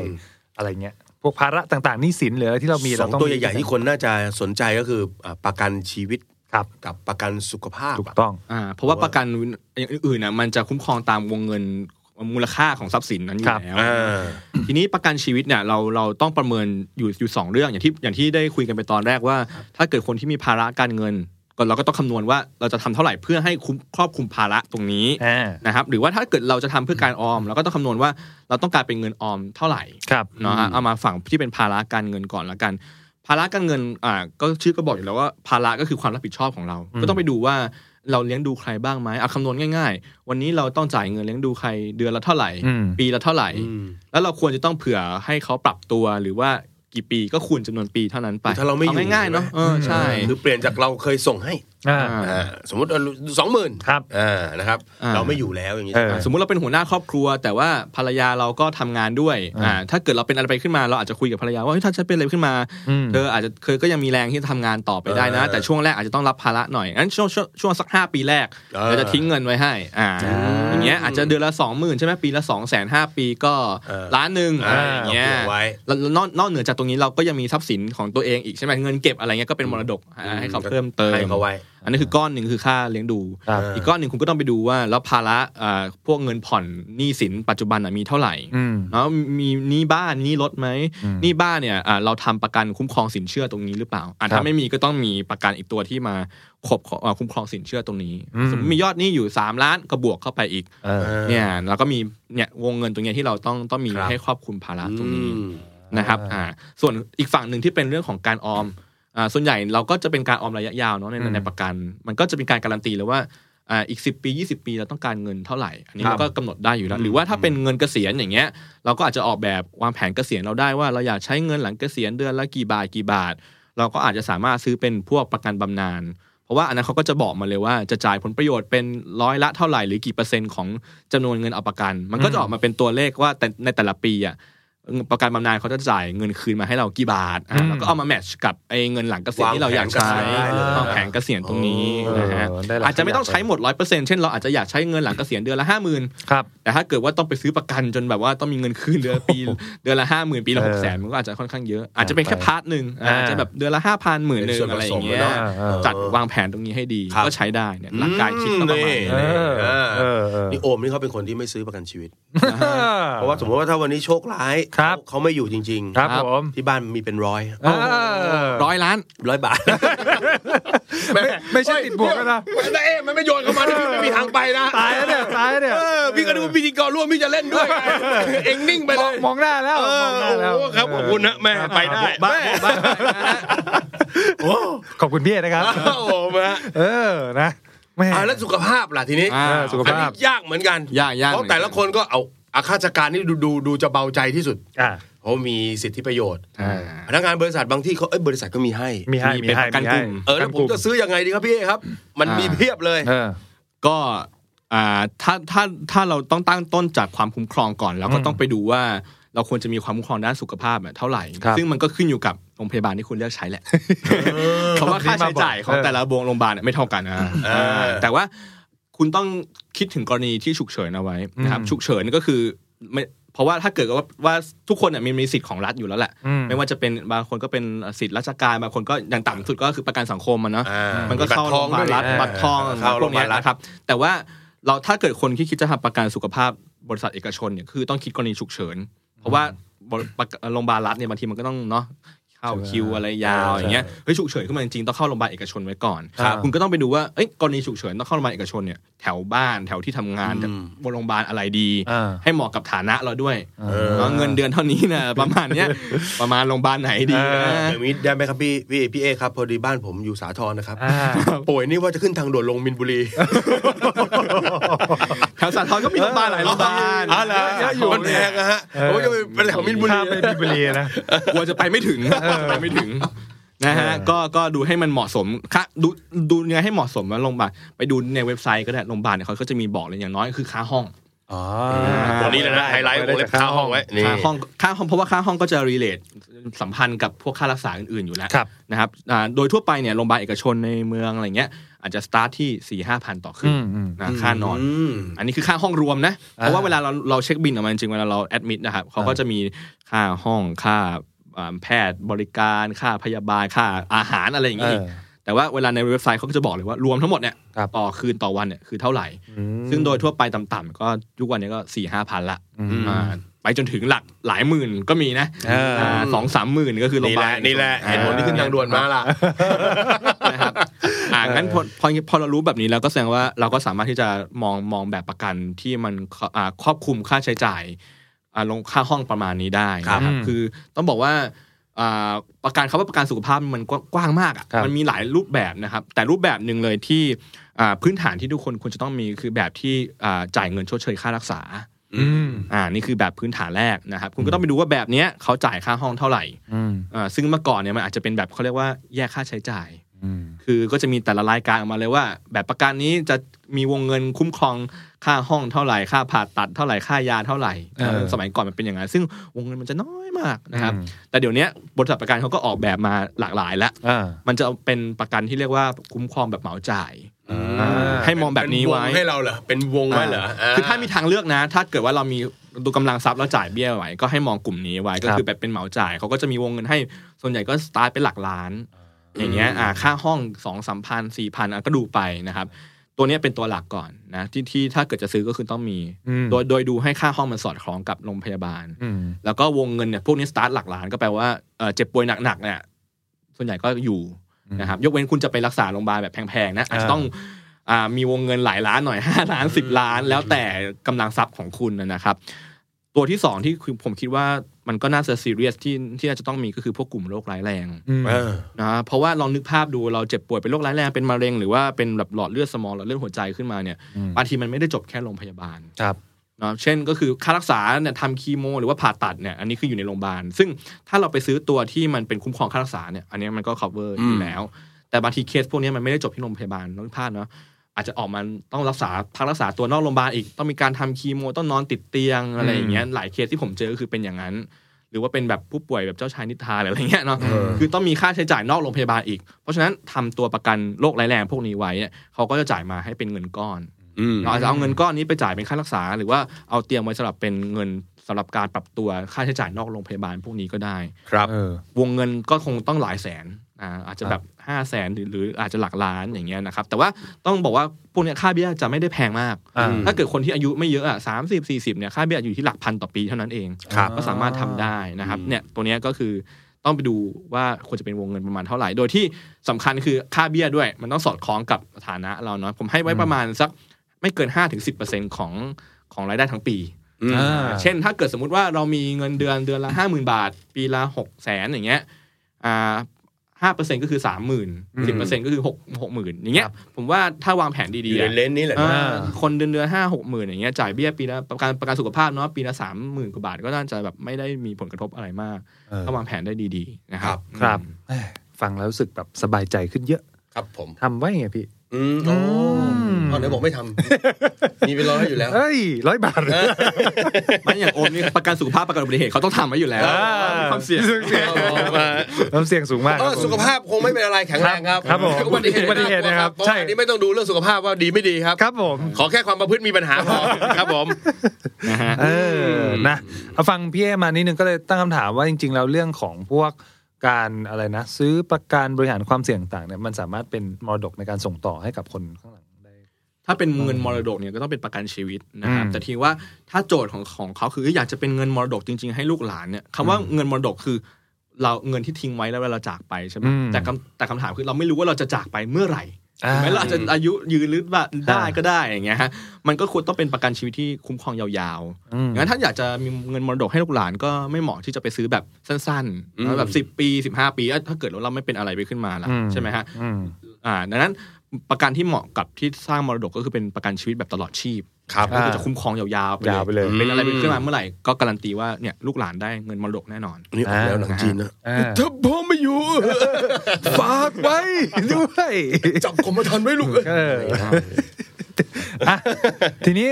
[SPEAKER 1] อะไรเงี้ยพวกภาระต่างๆหนี้สินหรืออะไรที่เรามี
[SPEAKER 2] ส
[SPEAKER 1] เรา
[SPEAKER 2] อง
[SPEAKER 1] ต้อง
[SPEAKER 2] ตัวใหญ่ๆที่คนน่าจะสนใจก็คืออ่ะประกันชีวิต
[SPEAKER 1] ครับ
[SPEAKER 2] กับประกันสุขภาพ
[SPEAKER 1] ถูก
[SPEAKER 2] อ่ะ
[SPEAKER 1] ต้อง
[SPEAKER 3] อ่าเพราะว่าประกันอย่างอื่นๆนะมันจะคุ้มครองตามวงเงินมูลค่าของทรัพย์สินนั้นอ
[SPEAKER 1] ค
[SPEAKER 3] ยู่
[SPEAKER 1] รับ
[SPEAKER 3] แล้วทีนี้ประกันชีวิตเนี่ยเราเราต้องประเมินอยู่อยู่สองเรื่องอย่างที่อย่างที่ได้คุยกันไปตอนแรกว่า ถ้าเกิดคนที่มีภาระการเงินก็เราก็ต้องคำนวณว่าเราจะทำเท่าไหร่เพื่อให้คุ้มครอบคลุมภาระตรงนี้
[SPEAKER 1] อ่า
[SPEAKER 3] นะครับหรือว่าถ้าเกิดเราจะทำเพื่อการออมเราก็ต้องคำนวณว่าเราต้องการเป็นเงินออมเท่าไหร่
[SPEAKER 1] ครับ
[SPEAKER 3] เนาะฮะเอามาฝั่งที่เป็นภาระการเงินก่อนละกัน ภาระการเงินอ่าก็ชื่อก็บอกอยู่แล้วว่าภาระก็คือความรับผิดชอบของเรา
[SPEAKER 1] อืม
[SPEAKER 3] ก็ต้องไปดูว่าเราเลี้ยงดูใครบ้างไหมเอาคำนวณง่าย ๆ วันนี้เราต้องจ่ายเงินเลี้ยงดูใครเดือนละเท่าไหร่
[SPEAKER 1] อืม
[SPEAKER 3] ปีละเท่าไหร่
[SPEAKER 2] อืม
[SPEAKER 3] แล้วเราควรจะต้องเผื่อให้เขาปรับตัวหรือว่ากี่ปีก็คูณจำนวนปีเท่านั้นไป
[SPEAKER 2] ถ้าเราไม่อยู่
[SPEAKER 3] อง่ายๆเนาะเออใช่
[SPEAKER 2] หรือเปลี่ยนจากเราเคยส่งให้
[SPEAKER 1] อ่า
[SPEAKER 3] อ่า
[SPEAKER 2] อ่าสมมติสองหมื่น
[SPEAKER 1] ครับ
[SPEAKER 2] อ่านะครับ
[SPEAKER 3] อ่า
[SPEAKER 2] เราไม่อยู่แล้วอย่างนี้
[SPEAKER 1] เออ
[SPEAKER 3] สมมุติเราเป็นหัวหน้าครอบครัว แต่ว่าภรรยาเราก็ทำงานด้วยอ่าถ้าเกิดเราเป็นอะไรไปขึ้นมาเราอาจจะคุยกับภรรยาว่าเฮ้ยถ้าฉันเป็นอะไรขึ้นมา
[SPEAKER 1] อืม
[SPEAKER 3] เธออาจจะเคยก็ยังมีแรงที่จะทำงานต่อไปได้นะ แต่ช่วงแรกอาจจะต้องรับภาระหน่อยงั้นช่วงช่วงช่วงสักห้าปีแรกเราจะทิ้งเงินไว้ให้อ่าอย่างเงี้ยอาจจะเดือนละสองหมื่นใช่ไหมปีละสองแสนห้าปีก็ล้านหนึ่ง
[SPEAKER 2] อ่า
[SPEAKER 3] อะไรอย่างเงี้ย
[SPEAKER 2] อาไว้
[SPEAKER 3] แล้วนอกนอกเหนือจากตรงนี้เราก็ยังมีทรัพย์สินของตัวเองอีกใช่ไหมเงินเก็บอะไรเงี้ยก็เป็นมรดกอ่าให้เขาเพิ่มเติม
[SPEAKER 2] ให้เขาไว้
[SPEAKER 3] อันนี้คือก้อนหนึ่งคือค่าเลี้ยงดู
[SPEAKER 1] ครับ
[SPEAKER 3] อีกก้อนหนึ่งคุณก็ต้องไปดูว่าแล้วภาระอ่าพวกเงินผ่อนหนี้สินปัจจุบันน่ะมีเท่าไหร่
[SPEAKER 1] อืม
[SPEAKER 3] แล้วมีหนี้บ้านหนี้รถไหม
[SPEAKER 1] อืม
[SPEAKER 3] หนี้บ้านเนี่ยอ่าเราทำประกันคุ้มครองสินเชื่อตรงนี้หรือเปล่าอ่ะ
[SPEAKER 1] ครั
[SPEAKER 3] ถ้า
[SPEAKER 1] บ
[SPEAKER 3] ไม่มีก็ต้องมีประกันอีกตัวที่มาครอบเอ่อคุ้มครองสินเชื่อตรงนี้
[SPEAKER 1] อืม
[SPEAKER 3] สมมติมียอดหนี้อยู่ 3 ล้านก็บวกเข้าไปอีก
[SPEAKER 1] เออ
[SPEAKER 3] เนี่ยแล้วก็มีเนี่ยวงเงินตรงเนี้ยที่เราต้องต้องมี
[SPEAKER 2] ครับ
[SPEAKER 3] ให้ครอบคลุมภาระตรงนี้
[SPEAKER 2] อืม
[SPEAKER 3] นะครับ
[SPEAKER 1] อ่า
[SPEAKER 3] อ่าส่วนอีกฝั่งหนึ่งที่เป็นเรื่องของการออมอ่าส่วนใหญ่เราก็จะเป็นการออมระยะยาวเนาะใน
[SPEAKER 1] อืม
[SPEAKER 3] ในประกัน มันก็จะเป็นการการันตีเลยว่าอ่าอีก 10 ปี 20 ปีเราต้องการเงินเท่าไหร่อันนี้
[SPEAKER 1] ครับ
[SPEAKER 3] เราก็กำหนดได้อยู่แล้วหรือว่าถ้าเป็นเงินเกษียณอย่างเงี้ย เราก็อาจจะออกแบบวางแผนเกษียณเราได้ว่าเราอยากใช้เงินหลังเกษียณเดือนละกี่บาทกี่บาท เราก็อาจจะสามารถซื้อเป็นพวกประกันบำนาญเพราะว่าอันนั้นเขาก็จะบอกมาเลยว่าจะจ่ายผลประโยชน์เป็นร้อยละเท่าไหร่หรือกี่เปอร์เซ็นต์ของจำนวนเงินเอาประกัน มันก็จะออกมาเป็นตัวเลขว่าแต่ในแต่ละปีอ่ะ ประกันบำนาญเขาจะจ่ายเงินคืนมาให้เรากี่บาทอ่ะ
[SPEAKER 1] อืม
[SPEAKER 3] แล้วก็เอามาแมทช์กับไอ้เงินหลังเกษียณที่เราอยากใช้วางแผนเกษียณตรงนี้นะฮะ
[SPEAKER 1] เออได้หลย
[SPEAKER 3] อาจจะไม่ต้องใช้หมดร้อยเปอร์เซ็นต์เช่นเราอาจจะอยากใช้เงินหลังเกษียณเดือนละห้าหมื่น
[SPEAKER 1] ครับ
[SPEAKER 3] แต่ถ้าเกิดว่าต้องไปซื้อประกันจนแบบว่าต้องมีเงินคืนเดือนปีเดือนละห้าหมื่นปีละ
[SPEAKER 1] เอ
[SPEAKER 3] ห
[SPEAKER 1] อก
[SPEAKER 3] แสนมันก็อาจจะค่อนข้างเยอะ อาจจะเป็นแค่พาร์ทหนึ่ง
[SPEAKER 1] อ่า
[SPEAKER 3] อาจจะแบบเดือนละห้าพันหมื่นหนึ่งอะไรอย่างเงี้ย
[SPEAKER 2] เนอะ
[SPEAKER 1] เออ
[SPEAKER 3] จัดวางแผนตรงนี้ให้ดี
[SPEAKER 2] ครับ
[SPEAKER 3] ก็ใช้ได้เนี่ยหลักการคิดก็ประมาณนี้
[SPEAKER 1] เออเออเออ
[SPEAKER 2] นี่โอมนี่เขาเป็นคนที่ไม่ซื้อประกันชีวิต
[SPEAKER 3] นะฮะ
[SPEAKER 2] เพราะว่าสมมติว่าถ้าวันนี้โชคร้าย
[SPEAKER 1] ครับ
[SPEAKER 2] เขาไม่อยู่จริงๆ
[SPEAKER 1] ครับ
[SPEAKER 3] ครับ
[SPEAKER 1] ผม
[SPEAKER 2] ที่บ้านมีเป็นร้อย
[SPEAKER 1] เออ
[SPEAKER 3] ร้อยล้าน
[SPEAKER 2] ร้อยบาท
[SPEAKER 1] ไม่ไม่ใช่ติดบวกแล้วนะ
[SPEAKER 2] มันเอ๊ะมันไม่โยนเข้ามานะพี่ไม่มีทางไปนะ
[SPEAKER 1] ตายแล้วเนี่ยตายแล้วเนี่ย
[SPEAKER 2] เออพี่ก็ดูพิธีกรร่วมพี่จะเล่นด้วยไงเองนิ่งไป
[SPEAKER 1] ม
[SPEAKER 2] เล
[SPEAKER 1] อง
[SPEAKER 2] ย
[SPEAKER 1] มองหน้าแล้ว
[SPEAKER 2] เอ
[SPEAKER 1] มองหน้า
[SPEAKER 2] อ
[SPEAKER 1] แล้ว
[SPEAKER 2] โอ้ครับขอบคุณนะแม่ไปได้
[SPEAKER 3] บ้าบ้า
[SPEAKER 2] โอ้
[SPEAKER 1] ขอบคุณพี่เอกนะครับ
[SPEAKER 2] โหมา
[SPEAKER 1] เออนะแม่
[SPEAKER 2] อ่ะแล้วสุขภาพล่ะทีนี้
[SPEAKER 3] อ่า
[SPEAKER 1] เออสุข
[SPEAKER 2] อัน
[SPEAKER 1] ภาพ
[SPEAKER 2] นี้ยากเหมือนกัน
[SPEAKER 3] ยากยาก
[SPEAKER 2] เพราะแต่ละคนก็เอาอาข้าราชการนี่ดูดูดูจะเบาใจที่สุด
[SPEAKER 1] อ่ะ
[SPEAKER 2] เพราะมีสิทธิประโยชน์
[SPEAKER 3] อ่า
[SPEAKER 2] พนักงานบริษัทบางที่เขาเอ้ยบริษัทก็มีให้
[SPEAKER 1] มีให้มีให้
[SPEAKER 3] เป็นประกัน
[SPEAKER 1] มี
[SPEAKER 3] ก
[SPEAKER 1] ให้
[SPEAKER 3] ลุ่ม
[SPEAKER 2] เออแล้วผมจะซื้อยังไงดีครับพี่เอครับ มัน
[SPEAKER 3] อ่ามี
[SPEAKER 2] มีเพียบเลย
[SPEAKER 1] เออ
[SPEAKER 3] ก็อ่าถ้าถ้าถ้าเราต้องตั้งต้นจากความคุ้มครองก่อน แล้วก็
[SPEAKER 1] อืม
[SPEAKER 3] ต้องไปดูว่าเราควรจะมีความคุ้มครองด้านสุขภาพอะเท่าไหร่
[SPEAKER 1] ครับ
[SPEAKER 3] ซึ่งมันก็ขึ้นอยู่กับโรงพยาบาลที่คุณเลือกใช้ แหละเพราะว่าค่าใช้จ่ายของ
[SPEAKER 1] เออ
[SPEAKER 3] แต่ละโรงโรงพยาบาลไม่เท่ากันนะ
[SPEAKER 2] เออ
[SPEAKER 3] แต่ว่าคุณต้องคิดถึงกรณีที่ฉุกเฉินเอาไว้นะครับฉุกเฉินก็คือไม่เพราะว่าถ้าเกิดว่าว่าทุกคนเนี่ยมีมีสิทธิ์ของรัฐอยู่แล้วแหละ
[SPEAKER 1] อืม
[SPEAKER 3] ไม่ว่าจะเป็นบางคนก็เป็นสิทธิ์ราชการบางคนก็อย่างต่ำสุดก็คือประกันสังคมอะเนาะ
[SPEAKER 2] อ่ามั
[SPEAKER 3] มันก็เข้าโรงพยาบาลรัฐ
[SPEAKER 1] เออ
[SPEAKER 3] บัตรทอง
[SPEAKER 2] เข้า
[SPEAKER 3] พ
[SPEAKER 2] โร
[SPEAKER 3] ว
[SPEAKER 2] ง
[SPEAKER 3] ก
[SPEAKER 2] พยาบา
[SPEAKER 3] เนี้
[SPEAKER 2] ย ลรัฐ
[SPEAKER 3] นะครับ แต่ว่าเราถ้าเกิดคนที่คิดจะทำประกันสุขภาพบริษัทเอกชนเนี่ยคือต้องคิดกรณีฉุกเฉิน เพราะว่าบริประกันโรงพยาบาลรัฐเนี่ยบางทีมันก็ต้องเนาะเข้าคิวอะไรยาวอย่างเงี้ยเฮ้ยฉุกเฉินขึ้นมาจริงๆต้องเข้าโรงพยาบาลเอกชนไว้ก่อน
[SPEAKER 1] ครับ
[SPEAKER 3] คุณก็ต้องไปดูว่าเอ้ยกรณีฉุกเฉินต้องเข้าโรงพยาบาลเอกชนเนี่ยแถวบ้านแถวที่ทำงานแถวโรงพยาบาลอะไรดี
[SPEAKER 1] อ่า
[SPEAKER 3] ให้เหมาะกับฐานะเราด้วย
[SPEAKER 1] เออ
[SPEAKER 3] เนาะเงินเดือนเท่านี้นะประมาณเนี้ยประมาณโรงพยาบาลไหนดี
[SPEAKER 1] เออ
[SPEAKER 3] นะ
[SPEAKER 2] อย่างนี้ได้ไหมครับพี่พี่พี่เอครับพอดีบ้านผมอยู่สาทรนะครับ
[SPEAKER 1] อ่า
[SPEAKER 2] ป่วยนี่ว่าจะขึ้นทางด่วนลงมินบุรี
[SPEAKER 3] แถวสาทรก็มีโรงพยาบาลหลายโรงพยาบาล
[SPEAKER 2] อ๋อเหรอ
[SPEAKER 3] สาท
[SPEAKER 2] มั
[SPEAKER 3] ร
[SPEAKER 2] นแพ
[SPEAKER 3] เนี่ย
[SPEAKER 2] งนะฮะ
[SPEAKER 1] เออ
[SPEAKER 2] ผมจะไปไปแถวมินบุรี
[SPEAKER 1] ถ้าไปมีบุรีนะ
[SPEAKER 3] กลัวจะไปไม่ถึงไปไม่ถึงนะฮะ
[SPEAKER 1] เออ
[SPEAKER 3] ก็ก็ดูให้มันเหมาะสมค่ะดูดูยังไงให้เหมาะสมว่าโรงพยาบาลไปดูในเว็บไซต์ก็ได้โรงพยาบาลเนี่ยเขาก็จะมีบอกเลยอย่างน้อยคือค่าห้อง
[SPEAKER 1] อ๋อ
[SPEAKER 3] ตรง
[SPEAKER 2] นี้เลยนะไฮไลท์วงเล็บค่าห้องไว้นี่
[SPEAKER 3] ค่าห้องค่าห้องเพราะว่าค่าห้องก็จะรีเลทสัมพันธ์กับพวกค่ารักษาอื่นๆอยู่แล้ว
[SPEAKER 1] ครับ
[SPEAKER 3] นะครับอ่าโดยทั่วไปเนี่ยโรงพยาบาลเอกชนในเมืองอะไรเงี้ยอาจจะสตาร์ทที่สี่ห้าพันต่อคืน
[SPEAKER 1] อืมอืม
[SPEAKER 3] นะค่านอน
[SPEAKER 2] ม
[SPEAKER 3] อันนี้คือค่าห้องรวมนะ เพราะว่าเวลาเราเราเช็คบินออกมาจริงๆเวลาเราแอดมิดนะครับเขาก็จะมีค่าห้องค่าอ่าแพทย์บริการค่าพยาบาลค่าอาหารอะไรอย่างนี้อีก
[SPEAKER 1] เออ
[SPEAKER 3] แต่ว่าเวลาในเว็บไซต์เขาก็จะบอกเลยว่ารวมทั้งหมดเนี่ย
[SPEAKER 1] ครับ
[SPEAKER 3] ต่อคืนต่อวันเนี่ยคือเท่าไหร่ ซึ่งโดยทั่วไปต่ำๆก็ยุควันนี้ก็สี่ห้าพันละอ่าไปจนถึงหลักหลายหมื่นก็มีนะ
[SPEAKER 1] เอออ่
[SPEAKER 3] าสองสามหมื่นก็คือโรงพ
[SPEAKER 2] นี่
[SPEAKER 3] ยา
[SPEAKER 2] แห
[SPEAKER 3] บา
[SPEAKER 2] ละ
[SPEAKER 3] ล
[SPEAKER 2] นี่แหละเหตุผลที่ขึ้นทางด่วนมาล่ะ
[SPEAKER 3] นะครับอ่างั้นพอพอพอเรารู้แบบนี้แล้วก็แสดงว่าเราก็สามารถที่จะมองมองแบบประกันที่มันครอบอ่าครอบคลุมค่าใช้จ่ายอ่าลงค่าห้องประมาณนี้ได้นะค
[SPEAKER 1] ครั
[SPEAKER 3] รั
[SPEAKER 1] บบ
[SPEAKER 3] คือต้องบอกว่าอ่าประกันคำว่าประกันสุขภาพมันกว้างมากอะ
[SPEAKER 1] ครับ
[SPEAKER 3] มันมีหลายรูปแบบนะครับ แต่รูปแบบหนึ่งเลยที่อ่าพื้นฐานที่ทุกคนควรจะต้องมีคือแบบที่อ่าจ่ายเงินชดเชยค่ารักษา
[SPEAKER 1] อืม
[SPEAKER 3] อ่านี่คือแบบพื้นฐานแรกนะครับ คุณก็ต้องไปดูว่าแบบเนี้ยเขาจ่ายค่าห้องเท่าไหร่
[SPEAKER 1] อืม
[SPEAKER 3] อ่าซึ่งเมื่อก่อนเนี่ยมันอาจจะเป็นแบบเขาเรียกว่าแยกค่าใช้จ่าย
[SPEAKER 1] อืม
[SPEAKER 3] คือก็จะมีแต่ละรายการออกมาเลยว่า แบบประกันนี้จะมีวงเงินคุ้มครองค่าห้องเท่าไหร่ค่าผ่าตัดเท่าไหร่ค่ายาเท่าไหร่
[SPEAKER 1] เออ
[SPEAKER 3] สมัยก่อนมันเป็นอย่างนั้นซึ่งวงเงินมันจะน้อยมากนะครับ
[SPEAKER 1] อืม
[SPEAKER 3] แต่เดี๋ยวเนี้ยบริษัทประกันเขาก็ออกแบบมาหลากหลายแล้ว
[SPEAKER 1] อ่า
[SPEAKER 3] มันจะเป็นประกันที่เรียกว่าคุ้มครองแบบเหมาจ่าย
[SPEAKER 1] อ่า
[SPEAKER 3] ให้มองแบบนี้ไว้
[SPEAKER 2] เป็วงให้เราเหรอเป็นวงไว้เหรอ
[SPEAKER 3] อ่าคือถ้ามีทางเลือกนะ ถ้าเกิดว่าเรามีดูกำลังทรัพย์แล้วจ่ายเบี้ยไหวก็ให้มองกลุ่มนี้ไว้ก็คือแบบเป็นเหมาจ่ายเขาก็จะมีวงเงินให้ส่วนใหญ่ก็สตาร์ทเป็นหลักล้าน อย่างเงี้ยอ่าค่าห้องสองสามพันสี่พันก็ดูไปนะครับ ตัวเนี้ยเป็นตัวหลักก่อนนะที่ที่ถ้าเกิดจะซื้อก็คือต้องมี
[SPEAKER 1] อืม
[SPEAKER 3] โดยโดยดูให้ค่าห้องมันสอดคล้องกับโรงพยาบาล
[SPEAKER 1] อืม
[SPEAKER 3] แล้วก็วงเงินเนี่ยพวกนี้สตาร์ทหลักล้านก็แปลว่าเอ่อเจ็บป่วยหนักๆเนี่ยส่วนใหญ่ก็อยู่
[SPEAKER 1] อืม
[SPEAKER 3] นะครับยกเว้นคุณจะไปรักษาโรงพยาบาลแบบแพงๆนะอาจ
[SPEAKER 1] อ่า
[SPEAKER 3] จะต้องอ่ามีวงเงินหลายล้านหน่อย ห้าล้านสิบล้าน แล้วแต่กำลังทรัพย์ของคุณนะนะครับ ตัวที่สองที่คือผมคิดว่ามันก็น่าจะซีเรียสที่ที่น่าจะต้องมีก็คือพวกกลุ่มโรคร้ายแรง
[SPEAKER 1] อืม
[SPEAKER 2] เออ
[SPEAKER 3] นะเพราะว่าลองนึกภาพดูเราเจ็บป่วยเป็นโรคร้ายแรงเป็นมะเร็งหรือว่าเป็นแบบหลอดเลือดสมองหลอดเลือดหัวใจขึ้นมาเนี่ย
[SPEAKER 1] อืม
[SPEAKER 3] บางทีมันไม่ได้จบแค่โรงพยาบาล
[SPEAKER 1] ครับ
[SPEAKER 3] เนาะเช่นก็คือค่ารักษาเนี่ยทำคีโม หรือว่าผ่าตัดเนี่ยอันนี้คืออยู่ในโรงพยาบาล ซึ่งถ้าเราไปซื้อตัวที่มันเป็นคุ้มครองค่ารักษาเนี่ยอันนี้มันก็ cover อยู่แล้ว แต่บางทีเคสพวกนี้มันไม่ได้จบที่โรงพยาบาลน้องพลาดเนาะอาจจะออกมาต้องรักษาพักรักษาตัวนอกโรงพยาบาลอีกต้องมีการทำคีโมต้องนอนติดเตียงอะไรอย่างเงี้ยหลายเคสที่ผมเจอก็คือเป็นอย่างนั้น รือว่าเป็นแบบผู้ป่วยแบบเจ้าชายนิทราอะไรอย่างเงี้ยเนาะคือต้องมีค่าใช้จ่ายนอกโรงพยาบาลอีก เพราะฉะนั้นทำตัวประกันโรคร้ายแรงพวกนี้ไว้เนี่ยเขาก็จะจ่ายมาให้เป็นเงินก้อน
[SPEAKER 2] อืม
[SPEAKER 3] เราอาจจะเอาเงินก้อนนี้ไปจ่ายเป็นค่ารักษา หรือว่าเอาเตรียมไว้สำหรับเป็นเงินสำหรับการปรับตัวค่าใช้จ่ายนอกโรงพยาบาลพวกนี้ก็ได้
[SPEAKER 2] ครับ
[SPEAKER 1] เออ
[SPEAKER 3] วงเงินก็คงต้องหลายแสนอ่าอาจจะแบบ5้าแสนหรือหรืออาจจะหลักล้านอย่างเงี้ยนะครับ แต่ว่าต้องบอกว่าพวกเนี้ยค่าเบี้ยจะไม่ได้แพงมาก
[SPEAKER 1] อ่า
[SPEAKER 3] ถ้าเกิดคนที่อายุไม่เยอะอ่ะสามสิบสี่สิบเนี่ยค่าเบี้ยอยู่ที่หลักพันต่อปีเท่านั้นเอง
[SPEAKER 2] ครับ
[SPEAKER 3] ก็สามารถทำได้นะครับ
[SPEAKER 2] อืม
[SPEAKER 3] เนี่ยตัวเนี้ยก็คือต้องไปดูว่าควรจะเป็นวงเงินประมาณเท่าไหร่ โดยที่สำคัญคือค่าเบี้ยด้วย มันต้องสอดคล้องกับฐานะเราเนาะผมให้ไว้ประมาณสักไม่เกิน5้าถึงสิของของรายได้ทั้งปี
[SPEAKER 2] อืม
[SPEAKER 1] อ่า
[SPEAKER 3] เช่นถ้าเกิดสมมุติว่าเรามีเงินเดือนเดือนละห้าหมื่นบาท ปีละหกแสนอย่างเงี้ยอ่าห้าเปอร์เซ็นก็คือสามหมื่นสิบเปอร์เซ็นก็คือหกหกหมื่นอย่างเงี้ยผมว่าถ้าวางแผน
[SPEAKER 2] อ
[SPEAKER 3] ดี
[SPEAKER 2] ยู่
[SPEAKER 3] ๆ
[SPEAKER 2] ใน
[SPEAKER 3] อะ
[SPEAKER 2] เลนส์นี้แหละนะ
[SPEAKER 3] อ่าคนเดือนเดือนห้าหกหมื่นอย่างเงี้ยจ่ายเบี้ยปีละประกันประกันสุขภาพเนาะปีละสามหมื่นกว่าบาทก็น่าจะแบบไม่ได้มีผลกระทบอะไรมาก
[SPEAKER 1] เออ
[SPEAKER 3] ถ้าวางแผนได้ดีๆนะค
[SPEAKER 2] ครั
[SPEAKER 3] รับ บ
[SPEAKER 1] ครับเอ้ยฟังแล้วรู้สึกแบบสบายใจขึ้นเยอะ
[SPEAKER 2] ครับผม
[SPEAKER 1] ทำไว้ไงพี่
[SPEAKER 2] อืมโอ้
[SPEAKER 1] ม
[SPEAKER 2] เอาเดี๋ยวบอกไม่ทำมีเป็นร้อยอยู่แล้ว
[SPEAKER 1] เอ้ยร้อยบาท
[SPEAKER 3] ไม่อย่างโอมนี่ประกันสุขภาพประกันอุบัติเหตุเขาต้องทำไว้อ ยู่แล้วมีความเสี่ยง
[SPEAKER 1] เสี่ยงความเสี่ยงสูงมาก
[SPEAKER 2] เอ
[SPEAKER 1] ค
[SPEAKER 2] อ
[SPEAKER 1] รับผม
[SPEAKER 2] สุขภาพคงไม่เป็นอะไรแข็งแรงครับ
[SPEAKER 1] ครับผม
[SPEAKER 2] อุบัติเหตุ
[SPEAKER 1] อุบัติเหตุนะครับ
[SPEAKER 2] ใช่
[SPEAKER 1] ใช่
[SPEAKER 2] อันนี้ไม่ต้องดูเรื่องสุขภาพว่าดีไม่ดีครับ
[SPEAKER 1] ครับผม
[SPEAKER 2] ขอแค่ความประพฤติมีปัญหาพอครับผม
[SPEAKER 3] นะฮะ
[SPEAKER 1] เออนะเอาฟังพี่เอมานิดนึงก็เลยตั้งคำถามว่าจริง ๆ แล้วเรื่องของพวกการอะไรนะ ซื้อประกันบริหารความเสี่ยงต่างเนี่ยมันสามารถเป็นมรดกในการส่งต่อให้กับคนข้างหลังได้
[SPEAKER 3] ถ้าเป็นเงินมรดกเนี่ยก็ต้องเป็นประกันชีวิตนะครับ
[SPEAKER 1] อืม
[SPEAKER 3] แต่ทีว่าถ้าโจทย์ของของเขาคืออยากจะเป็นเงินมรดกจริง ๆ ให้ลูกหลานเนี่ยคำว่าเงินมรดกคือ เราเงินที่ทิ้งไว้แล้วเวลาเราจากไปใช่ไหม
[SPEAKER 1] อืม
[SPEAKER 3] แต่คำแต่คำถามคือเราไม่รู้ว่าเราจะจากไปเมื่อไหร่
[SPEAKER 1] อ่า
[SPEAKER 3] ถึงแม้เราอาจจะอายุยืนหรือว่าได้
[SPEAKER 1] อ่า
[SPEAKER 3] ก็ได้อย่างเงี้ยฮะมันก็ควรต้องเป็นประกันชีวิตที่คุ้มครองยาวๆ
[SPEAKER 1] อืม
[SPEAKER 3] งั้นถ้าอยากจะมีเงินมรดกให้ลูกหลานก็ไม่เหมาะที่จะไปซื้อแบบสั้น
[SPEAKER 2] อืม
[SPEAKER 3] ๆแบบสิบ10 ปี 15 ปีเอ้ยถ้าเกิดว่าเราไม่เป็นอะไรไปขึ้นมาล่ะ
[SPEAKER 1] อืม
[SPEAKER 3] ใช่ไหมฮะ
[SPEAKER 1] อืม
[SPEAKER 3] อ่าดังนั้นประกันที่เหมาะกับที่สร้างมรดกก็คือเป็นประกันชีวิตแบบตลอดชีพ
[SPEAKER 2] ครับ
[SPEAKER 1] อ่า
[SPEAKER 3] ก็จะคุ้มครองยาวๆไป
[SPEAKER 1] ยาวไปเลย
[SPEAKER 3] เป็นอะไรไปขึ้นมาเมื่อไหร่ก็การันตีว่าเนี่ยลูกหลานได้เงินมรดกแน่นอน
[SPEAKER 2] อันนี้ออกแล้วหนังจีนนะ
[SPEAKER 1] อ่า
[SPEAKER 2] ถ้าพ่อไม่อยู่
[SPEAKER 1] ฝากไว้ด้วย
[SPEAKER 2] จับผมมาทันไว้ลูกเอ้ย
[SPEAKER 1] เอออ่ะทีนี้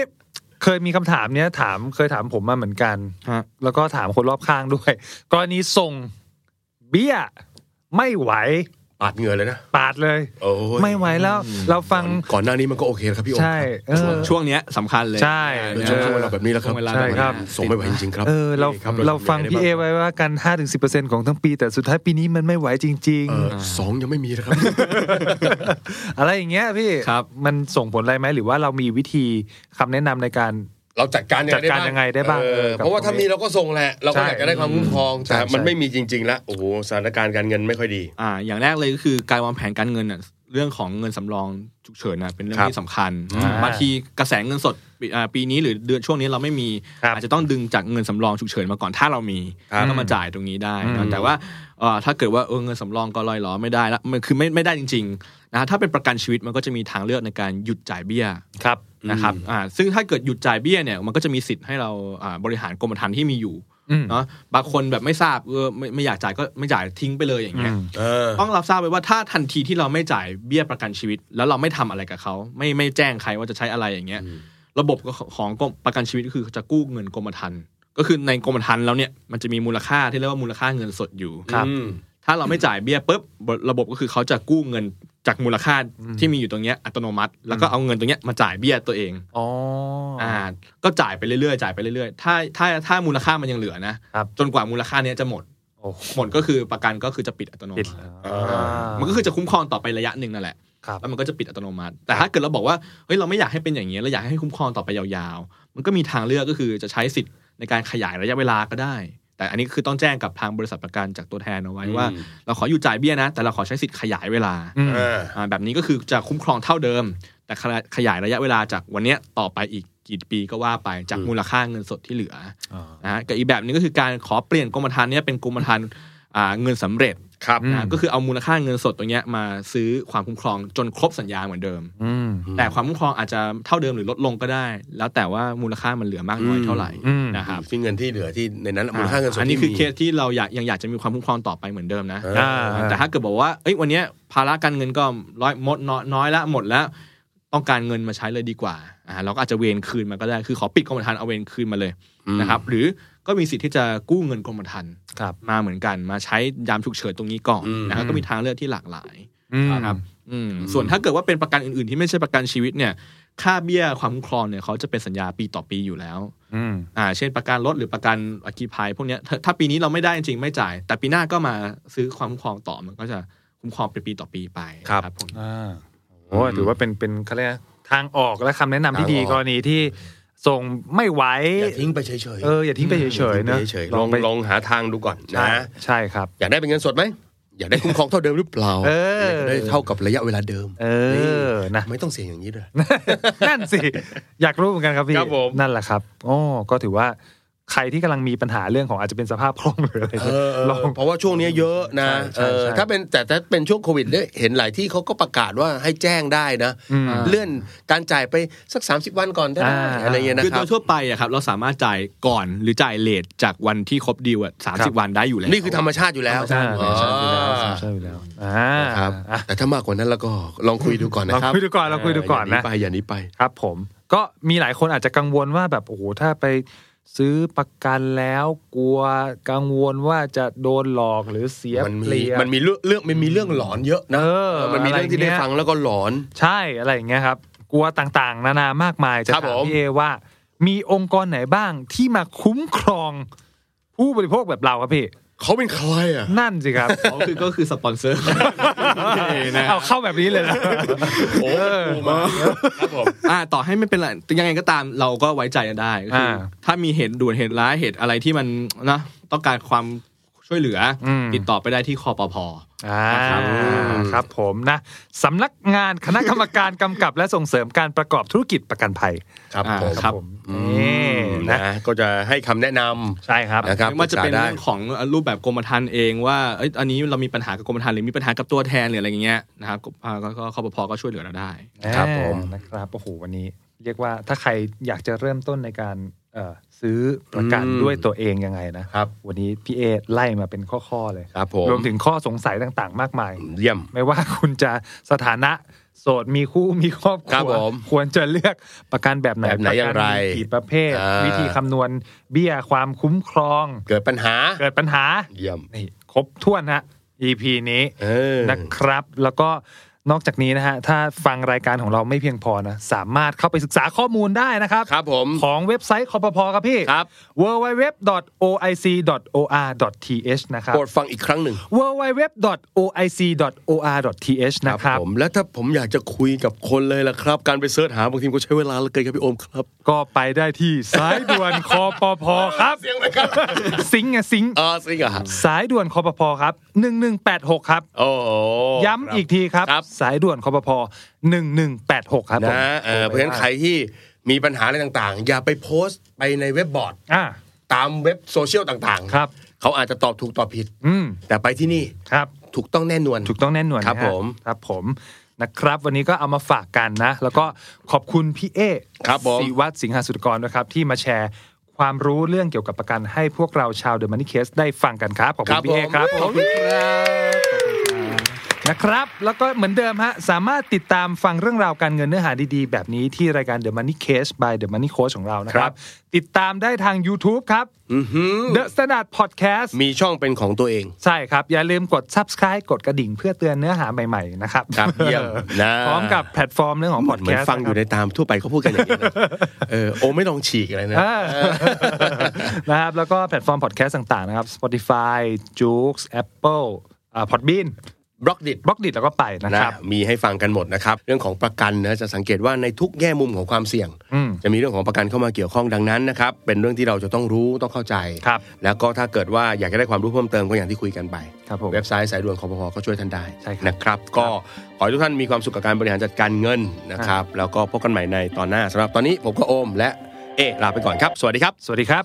[SPEAKER 1] เคยมีคำถามเนี้ยถามเคยถามผมมาเหมือนกัน
[SPEAKER 3] ฮะ
[SPEAKER 1] แล้วก็ถามคนรอบข้างด้วย กรณีส่งเบี้ย ไม่ไหว
[SPEAKER 2] ปาดเหงื่อเลยนะ
[SPEAKER 1] ปาดเลย
[SPEAKER 2] โอ้ย
[SPEAKER 1] ไม่ไหวแล้ว เราฟัง
[SPEAKER 2] ก่อนหน้านี้มันก็โอเคแล้วครับพี่โอ๊ค
[SPEAKER 1] ใช่เออ
[SPEAKER 3] ช่วงเนี้ยสำคัญเลย
[SPEAKER 1] ใช่
[SPEAKER 2] โดย
[SPEAKER 3] นะ
[SPEAKER 2] เฉพาะเวลาแบบนี้แล้วครับ
[SPEAKER 3] ช่วงเวลา
[SPEAKER 1] ใช่ครับ
[SPEAKER 2] ส่งไม่ไหวจริงๆครับ
[SPEAKER 1] เออเรา
[SPEAKER 2] คบ
[SPEAKER 1] เราฟังพี่เอ
[SPEAKER 2] ได้บ้า
[SPEAKER 1] ไว้ว่ากัน 5-10%ของทั้งปี แต่สุดท้ายปีนี้มันไม่ไหวจริง
[SPEAKER 2] เออสองยังไม่มีนะครับ
[SPEAKER 1] ๆ อะไรอย่างเงี้ยพี่
[SPEAKER 3] ครับ
[SPEAKER 1] มันส่งผลอะไรไหมหรือว่าเรามีวิธีคำแนะนำในการ
[SPEAKER 2] เราจัดการยังไงได้
[SPEAKER 1] จัด
[SPEAKER 2] บ้าง
[SPEAKER 1] การยังไงได้บ้าง
[SPEAKER 2] เออ
[SPEAKER 1] กับ
[SPEAKER 2] เพราะว่าถ้ามีเราก็ส่งแหละ เราก็
[SPEAKER 1] ใช่
[SPEAKER 2] อยากจะได้ความคุ้มครอง แต่
[SPEAKER 1] ใช่
[SPEAKER 2] มัน
[SPEAKER 1] ใช่
[SPEAKER 2] ไม่มีจริง ๆ แล้ว โอ้โหสถานการณ์การเงินไม่ค่อยดี
[SPEAKER 3] อ่าอย่างแรกเลยก็คือการวางแผนการเงินน่ะเรื่องของเงินสำรองฉุกเฉินน่ะเป็นเรื่อง
[SPEAKER 2] ครับ
[SPEAKER 3] ที่สำคัญ
[SPEAKER 1] อ่า
[SPEAKER 3] บางทีกระแสเงินสดปีอ่าปีนี้หรือเดือนช่วงนี้เราไม่มี
[SPEAKER 1] ครับ
[SPEAKER 3] อาจจะต้องดึงจากเงินสำรองฉุกเฉินมาก่อนถ้าเรามี
[SPEAKER 2] ครับ
[SPEAKER 3] ก็มาจ่ายตรงนี้ได้
[SPEAKER 1] อืม
[SPEAKER 3] นะแต่ว่าเอ่อถ้าเกิดว่าเออเงินสำรองก็ลอยล้อไม่ได้ละมันคือไม่ไม่ได้จริงๆนะฮะถ้าเป็นประกันชีวิตมันก็จะมีทางเลือกในการหยุดจ่ายเบี้ย
[SPEAKER 1] ครับ
[SPEAKER 3] นะครับอ่าซึ่งถ้าเกิดหยุดจ่ายเบี้ยเนี่ยมันก็จะมีสิทธิ์ให้เราอ่าบริหารกรมธรรม์ที่มีอยู่
[SPEAKER 1] อืม
[SPEAKER 3] เนาะบางคนแบบไม่ทราบเออไม่ไม่อยากจ่ายก็ไม่จ่ายทิ้งไปเลยอย่างเงี้ย ต้องรับทราบไว้ว่าถ้าทันทีที่เราไม่จ่ายเบี้ยประกันชีวิต แล้วเราไม่ทำอะไรกับเขาไม่ไม่แจ้งใครว่าจะใช้อะไรอย่างเงี้ย ระบบของกรมประกันชีวิตก็คือจะกู้เงินกรมธรรม์ก็คือในกรมธรรม์แล้วเนี่ยมันจะมีมูลค่าที่เรียกว่ามูลค่าเงินสดอยู่
[SPEAKER 1] ครับ
[SPEAKER 2] อืม
[SPEAKER 3] ถ้าเราไม่จ่ายเบี้ยปุ๊บระบบก็คือเขาจะกู้เงินจากมูลค่าที่มีอยู่ตรงเนี้ยอัตโนมัติ แล้วก็เอาเงินตรงเนี้ยมาจ่ายเบี้ยตัวเอง
[SPEAKER 1] อ๋ออ
[SPEAKER 3] อ่าก็จ่ายไปเรื่อยๆจ่ายไปเรื่อยๆถ้าถ้าถ้ามูลค่ามันยังเหลือนะครับ จนกว่ามูลค่าเนี้ยจะหมด
[SPEAKER 1] โอ้โห
[SPEAKER 3] หมดก็คือประกันก็คือจะปิดอัตโน
[SPEAKER 1] ปิด
[SPEAKER 3] มัติ
[SPEAKER 2] เอ
[SPEAKER 3] มันก็คือจะคุ้มครองต่อไประยะหนึ่งนั่นแหละ
[SPEAKER 1] ครับ
[SPEAKER 3] แล้วมันก็จะปิดอัตโนมัติ แต่ถ้าเกิดเราบอกว่าเฮ้ยเราไม่อยากให้เป็นอย่างนี้ยเราอยากให้คุ้มครองต่อไปยาวๆ มันก็มีทางเลือกก็คือจะใช้สิทธิ์ในการขยายระยะเวลาก็ได้ แต่อันนี้คือต้องแจ้งกับทางบริษัทประกันจากตัวแทนเอาไว้ว่า
[SPEAKER 2] อืม
[SPEAKER 3] เราขออยู่จ่ายเบี้ยนะ แต่เราขอใช้สิทธิ์ขยายเวลา
[SPEAKER 1] อืม
[SPEAKER 2] อ่า
[SPEAKER 3] อ่าแบบนี้ก็คือจะคุ้มครองเท่าเดิม แต่ขยายขยายระยะเวลาจากวันเนี้ยต่อไปอีกกี่ปีก็ว่าไปจาก
[SPEAKER 2] อืม
[SPEAKER 3] มูลค่าเงินสดที่เหลือ นะฮะกับอีกแบบหนึงก็คือการขอเปลี่ยนกรมธรรม์เนี่ยเป็นกรมธรรม์อ่าเงินสำเร็จ
[SPEAKER 2] ครับ
[SPEAKER 3] นะ
[SPEAKER 1] อืม
[SPEAKER 3] ก็คือเอามูลค่าเงินสดตรงเนี้ยมาซื้อความคุ้มครองจนครบสัญญาเหมือนเดิม
[SPEAKER 1] อืม
[SPEAKER 3] แต่ความคุ้มครองอาจจะเท่าเดิมหรือลดลงก็ได้ แล้วแต่ว่ามูลค่ามันเหลือมากน้อยเท่าไหร่
[SPEAKER 1] อืม
[SPEAKER 3] นะครับ
[SPEAKER 2] ที่เงินที่เหลือที่ในนั้นมูลค่าเงินสด
[SPEAKER 3] อันนี้
[SPEAKER 2] ที่
[SPEAKER 3] คือ
[SPEAKER 2] มี
[SPEAKER 3] เคสที่เราอยากยังอยากจะมีความคุ้มครองต่อไปเหมือนเดิมนะ
[SPEAKER 2] เอ
[SPEAKER 1] อ่า
[SPEAKER 3] แต่ถ้าเกิดบอกว่าเอ้ยวันเนี้ยภาระการเงินก็ร้อยหมดน้อยน้อยละหมดแล้วต้องการเงินมาใช้เลยดีกว่าอ่าเราก็อาจจะเวนคืนมาก็ได้คือขอปิดกรมธรรม์เอาเวนคืนมาเลย นะครับหรือ ก็มีสิทธิ์ที่จะกู้เงินกรมธรรม์
[SPEAKER 1] ครับ
[SPEAKER 3] มาเหมือนกันมาใช้ยามฉุกเฉินตรงนี้ก่อน
[SPEAKER 2] อืม
[SPEAKER 3] นะครับก็มีทางเลือกที่หลากหลาย
[SPEAKER 1] อืม
[SPEAKER 3] ครับอืมส่วนถ้าเกิดว่าเป็นประกันอื่นๆ ที่ไม่ใช่ประกันชีวิตเนี่ย ค่าเบี้ยความคุ้มครองเนี่ยเขาจะเป็นสัญญาปีต่อปีอยู่แล้ว
[SPEAKER 1] อืม
[SPEAKER 3] อ่าเช่นประกันรถหรือประกันอัคคีภัยพวกเนี้ยถ้าถ้าปีนี้เราไม่ได้จริงๆไม่จ่าย แต่ปีหน้าก็มาซื้อความคุ้มครองต่อมันก็จะคุ้มครองเป็นปีต่อปีไป
[SPEAKER 1] ครับ
[SPEAKER 3] ผม
[SPEAKER 1] อ่าโอ้ถือว่าเป็นเป็นเขาเรียกนะทางออกและคำแนะนำที่ดี
[SPEAKER 2] ทางออก
[SPEAKER 1] กรณีที่ส่งไม่ไหว
[SPEAKER 2] อย่าทิ้งไปเฉยๆ
[SPEAKER 1] เอออย่าทิ้งไปเฉยๆนะ
[SPEAKER 2] อย่าทิ้งไปเฉยๆลอง
[SPEAKER 1] ไป
[SPEAKER 2] ลองหาทางดูก่อน
[SPEAKER 1] ใช่
[SPEAKER 2] นะ
[SPEAKER 1] ใช่ครับ
[SPEAKER 2] อยากได้เป็นเงินสดไหมอยากได้คุ้มครองเท่าเดิมหรือเปล่า
[SPEAKER 1] เออ
[SPEAKER 2] ยากได้เท่ากับระยะเวลาเดิม
[SPEAKER 1] เออนะ
[SPEAKER 2] ไม่ต้องเสี่ยงอย่างนี้ด้วย
[SPEAKER 1] นั่นสิ อยากรู้เหมือนกันครับพี่
[SPEAKER 2] ครับผม
[SPEAKER 1] นั่นแหละครับอ๋อก็ถือว่าใครที่กำลังมีปัญหาเรื่องของอาจจะเป็นสภาพคล่องหรืออะไร
[SPEAKER 2] เอ
[SPEAKER 1] เนี่ย
[SPEAKER 2] อ
[SPEAKER 1] ลอง
[SPEAKER 2] เพราะว่าช่วงนี้เยอะนะ
[SPEAKER 1] ใช่ใช่
[SPEAKER 2] เออ
[SPEAKER 1] ใช่
[SPEAKER 2] ถ้าเป็นแต่ถ้าเป็นช่วงโควิดเนี่ยเห็นหลายที่เขาก็ประกาศว่าให้แจ้งได้นะ
[SPEAKER 1] อืม
[SPEAKER 2] เลื่อนการจ่ายไปสัก 30 วันก่อนได้
[SPEAKER 1] อ่า
[SPEAKER 2] อะไรอย่างเงี้ยนะ
[SPEAKER 3] คือ
[SPEAKER 2] ค
[SPEAKER 3] โด
[SPEAKER 2] รับ
[SPEAKER 3] ยทั่วไปอะครับเราสามารถจ่ายก่อนหรือจ่ายเลทจากวันที่ครบดีลอะสามสิบวันได้อยู่แล้ว
[SPEAKER 2] นี่คือธรรมชาติอยู่แล้ว
[SPEAKER 1] ใช่ใช่ใช่อยู่แล้ว
[SPEAKER 2] อ๋อ
[SPEAKER 1] ใช่อยู่แล้วอ่า
[SPEAKER 2] ครับ
[SPEAKER 1] อ่ะ
[SPEAKER 2] แต่ถ้ามากกว่านั้นแล้วก็ลองคุยดูก่อนนะค
[SPEAKER 1] ลอ
[SPEAKER 2] รับ
[SPEAKER 1] งคุยดูก่อนลองคุยดูก่อนนะ
[SPEAKER 2] ย่าหไปอย่าหนี้ไป
[SPEAKER 1] ครับผมก็มีหลายคนอาจจะกังวลว่าแบบโอ้โหถ้าไปซื้อประกันแล้วกลัวกังวลว่าจะโดนหลอกหรือเสีย
[SPEAKER 2] มัน
[SPEAKER 1] เป
[SPEAKER 2] มี
[SPEAKER 1] รียบ
[SPEAKER 2] มันมีเรื่องเรื่องมันมีเรื่องหลอนเยอะนะ
[SPEAKER 1] เออ
[SPEAKER 2] มันมีเรื่องที่ได้
[SPEAKER 1] อะไรเงี้ย
[SPEAKER 2] ฟังแล้วก็หลอน
[SPEAKER 1] ใช่อะไรอย่างเงี้ยครับ กลัวต่างๆ นานามากมายจะ
[SPEAKER 2] ครับ
[SPEAKER 1] ถาม
[SPEAKER 2] ผม
[SPEAKER 1] พี่เอว่า มีองค์กรไหนบ้างที่มาคุ้มครอง ผู้บริโภคแบบเราครับพี่
[SPEAKER 2] เขาเป็นใครอ่ะ
[SPEAKER 1] นั่นสิ ครับ
[SPEAKER 3] อ๋อคือก็คือสปอนเซอร์
[SPEAKER 1] เอาเข้าแบบนี้เลยนะ
[SPEAKER 2] โอ้ปูมาครับผม
[SPEAKER 3] อ่าต่อให้ไม่เป็นไรแต่ยังไงก็ตามเราก็ไว้ใจกันได้ก็คืออาถ้ามีเหตุด่วนเหตุร้ายเหตุอะไรที่มันนะต้องการความช่วยเหลืออ
[SPEAKER 1] ม
[SPEAKER 3] ติดต่อไปได้ที่คอปพ
[SPEAKER 1] อ่า
[SPEAKER 3] ครับ
[SPEAKER 1] ครับผมนะสำนักงานคณะกรรมการกำกับและส่งเสริมการประกอบธุรกิจประกันภัย
[SPEAKER 2] ครับ
[SPEAKER 3] อ่า
[SPEAKER 2] ผม
[SPEAKER 3] ครับ
[SPEAKER 1] ผม
[SPEAKER 2] อื
[SPEAKER 1] นี่
[SPEAKER 2] ม
[SPEAKER 1] นะ
[SPEAKER 2] นะก็จะให้คำแนะนำ
[SPEAKER 1] ใช่ครับ
[SPEAKER 2] นะครับ
[SPEAKER 3] ไม่ว่าจะเป็น
[SPEAKER 2] ปรึกษได้
[SPEAKER 3] เรื่องของรูปแบบกรมธรรม์เองว่าเอ้ยอันนี้เรามีปัญหากับกรมธรรม์หรือมีปัญหากับตัวแทนหรืออะไรอย่างเงี้ยนะครับก็อ่าก็ก็คอปพก็ช่วยเหลือเราได้
[SPEAKER 2] ครับผม
[SPEAKER 1] อ่านะครับโอ้โหวันนี้ เรียกว่าถ้าใครอยากจะเริ่มต้นในการเอ่อซื้อประกัน
[SPEAKER 2] อืม
[SPEAKER 1] ด้วยตัวเองยังไงนะครับ วันนี้พี่เอไล่มาเป็นข้อๆเลย
[SPEAKER 2] ครับผม
[SPEAKER 1] รวมถึงข้อสงสัยต่างๆ มากมาย
[SPEAKER 2] เยี่ยม
[SPEAKER 1] ไม่ว่าคุณจะสถานะโสดมีคู่มีครอบค
[SPEAKER 2] ครับ
[SPEAKER 1] รัว
[SPEAKER 2] ผม
[SPEAKER 1] ควรจะเลือกประกันแบบไหน
[SPEAKER 2] แบบไหนอย่างไร
[SPEAKER 1] ปะกันมีกี่ประเภท
[SPEAKER 2] อ่า
[SPEAKER 1] วิธีคำนวณเบี้ยความคุ้มครอง
[SPEAKER 2] เกิดปัญหา
[SPEAKER 1] เกิดปัญหา
[SPEAKER 2] เยี่ยม
[SPEAKER 1] นี่ครบถ้วนฮะ EP นี้
[SPEAKER 2] เออ
[SPEAKER 1] นะครับแล้วก็นอกจากนี้นะฮะ ถ้าฟังรายการของเราไม่เพียงพอนะ สามารถเข้าไปศึกษาข้อมูลได้นะครับ
[SPEAKER 2] ครับผม
[SPEAKER 1] ของเว็บไซต์คอปพครับพี่
[SPEAKER 2] ครับ
[SPEAKER 1] www.oic.or.th นะครับ
[SPEAKER 2] โปรดฟังอีกครั้งหนึ่ง
[SPEAKER 1] www.oic.or.th นะครับ
[SPEAKER 2] ผมแล้วถ้าผมอยากจะคุยกับคนเลยล่ะครับ การไปเสิร์ชหาบางทีก็ใช้เวลาเหลือเกินครับพี่โอมครับ
[SPEAKER 1] ก็ไปได้ที่สายด่วนคอปพครับ
[SPEAKER 2] เสียงไหมครับ
[SPEAKER 1] ซิงค์ไงซิงค์
[SPEAKER 2] เออสิงห์อ่ะ
[SPEAKER 1] สายด่วนคอปพครับ 1186 ครับ
[SPEAKER 2] โอ้โห
[SPEAKER 1] ย้ำอีกทีครับ
[SPEAKER 2] ครับ
[SPEAKER 1] สายด่วนคอปพ1186 ครับผม
[SPEAKER 2] นะเออเพราะฉะนั้นใครที่มีปัญหาอะไรต่างๆ อย่าไปโพสต์ไปในเว็บบอร์ด
[SPEAKER 1] อ่า
[SPEAKER 2] ตามเว็บโซเชียลต่างๆ
[SPEAKER 1] ครับ
[SPEAKER 2] เขาอาจจะตอบถูกตอบผิด
[SPEAKER 1] อืม
[SPEAKER 2] แต่ไปที่นี่
[SPEAKER 1] ครับ
[SPEAKER 2] ถูกต้องแน่นอน
[SPEAKER 1] ถูกต้องแน่นอน
[SPEAKER 2] ครับ
[SPEAKER 1] นะฮะ
[SPEAKER 2] ผม
[SPEAKER 1] ครับผมนะครับ วันนี้ก็เอามาฝากกันนะ แล้วก็ขอบคุณพี่เอ
[SPEAKER 2] ครับผม
[SPEAKER 1] ศิวัตรสิงหาสุดกรด้วยครับ ที่มาแชร์ความรู้เรื่องเกี่ยวกับประกันให้พวกเราชาวเดอะมันนี่เคสได้ฟังกันครับ ขอบ
[SPEAKER 2] ค
[SPEAKER 1] คุ
[SPEAKER 2] รับ
[SPEAKER 1] ณ
[SPEAKER 2] ผ
[SPEAKER 1] พี่เอ
[SPEAKER 2] ม
[SPEAKER 1] ครับ
[SPEAKER 2] ขอบคุณครับ
[SPEAKER 1] นะครับ แล้วก็เหมือนเดิมฮะ สามารถติดตามฟังเรื่องราวการเงินเนื้อหาดีๆ แบบนี้ที่รายการ The Money Case by The Money Coach ของเรานะค
[SPEAKER 2] ค
[SPEAKER 1] รั
[SPEAKER 2] รับ บ
[SPEAKER 1] ติดตามได้ทาง YouTube ครับ
[SPEAKER 2] อื้อหือ
[SPEAKER 1] The Standard Podcast
[SPEAKER 2] มีช่องเป็นของตัวเอง
[SPEAKER 1] ใช่ครับ อย่าลืมกด subscribe กดกระดิ่งเพื่อเตือนเนื้อหาใหม่ ๆ นะครับ
[SPEAKER 2] ครับเยี่ยมนะ
[SPEAKER 1] พร้อมกับแพลตฟอร์มเรื่องของพอด
[SPEAKER 2] เห
[SPEAKER 1] แค
[SPEAKER 2] มือ
[SPEAKER 1] ส
[SPEAKER 2] น
[SPEAKER 1] ต์
[SPEAKER 2] ฟังอยู่ในตามทั่วไปเขาพูดกันอย่างนี้ นะเออโอไม่ลองฉีกอะไรนะ
[SPEAKER 1] นะครับ แล้วก็แพลตฟอร์มพอดแคสต์ต่าง ๆ นะครับ Spotify j o o x Apple อ่า Podbean
[SPEAKER 2] บล็อกดิด
[SPEAKER 1] บล็อกดิแล้วก็ไปนะ
[SPEAKER 2] นะครับ มีให้ฟังกันหมดนะครับ เรื่องของประกันนะจะสังเกตว่าในทุกแง่มุมของความเสี่ยง
[SPEAKER 1] อืม
[SPEAKER 2] จะมีเรื่องของประกันเข้ามาเกี่ยวข้องดังนั้นนะครับ เป็นเรื่องที่เราจะต้องรู้ต้องเข้าใจ
[SPEAKER 1] ครับ
[SPEAKER 2] แล้วก็ถ้าเกิดว่าอยากจะได้ความรู้เพิ่มเติมก็อย่างที่คุยกันไป
[SPEAKER 1] ครับผม
[SPEAKER 2] เว็บไซต์สายด่วนคอพก็ช่วยท่านได้
[SPEAKER 1] ใช่ครับ
[SPEAKER 2] นะครับ ก็ขอให้ทุกท่านมีความสุขกับการบริหารจัดการเงินนะครับ แล้วก็พบกันใหม่ในตอนหน้าสำหรับตอนนี้ผมก็โอม และเอะลาไปก่อนครับ สวัสดีครับ
[SPEAKER 1] สวัสดีครับ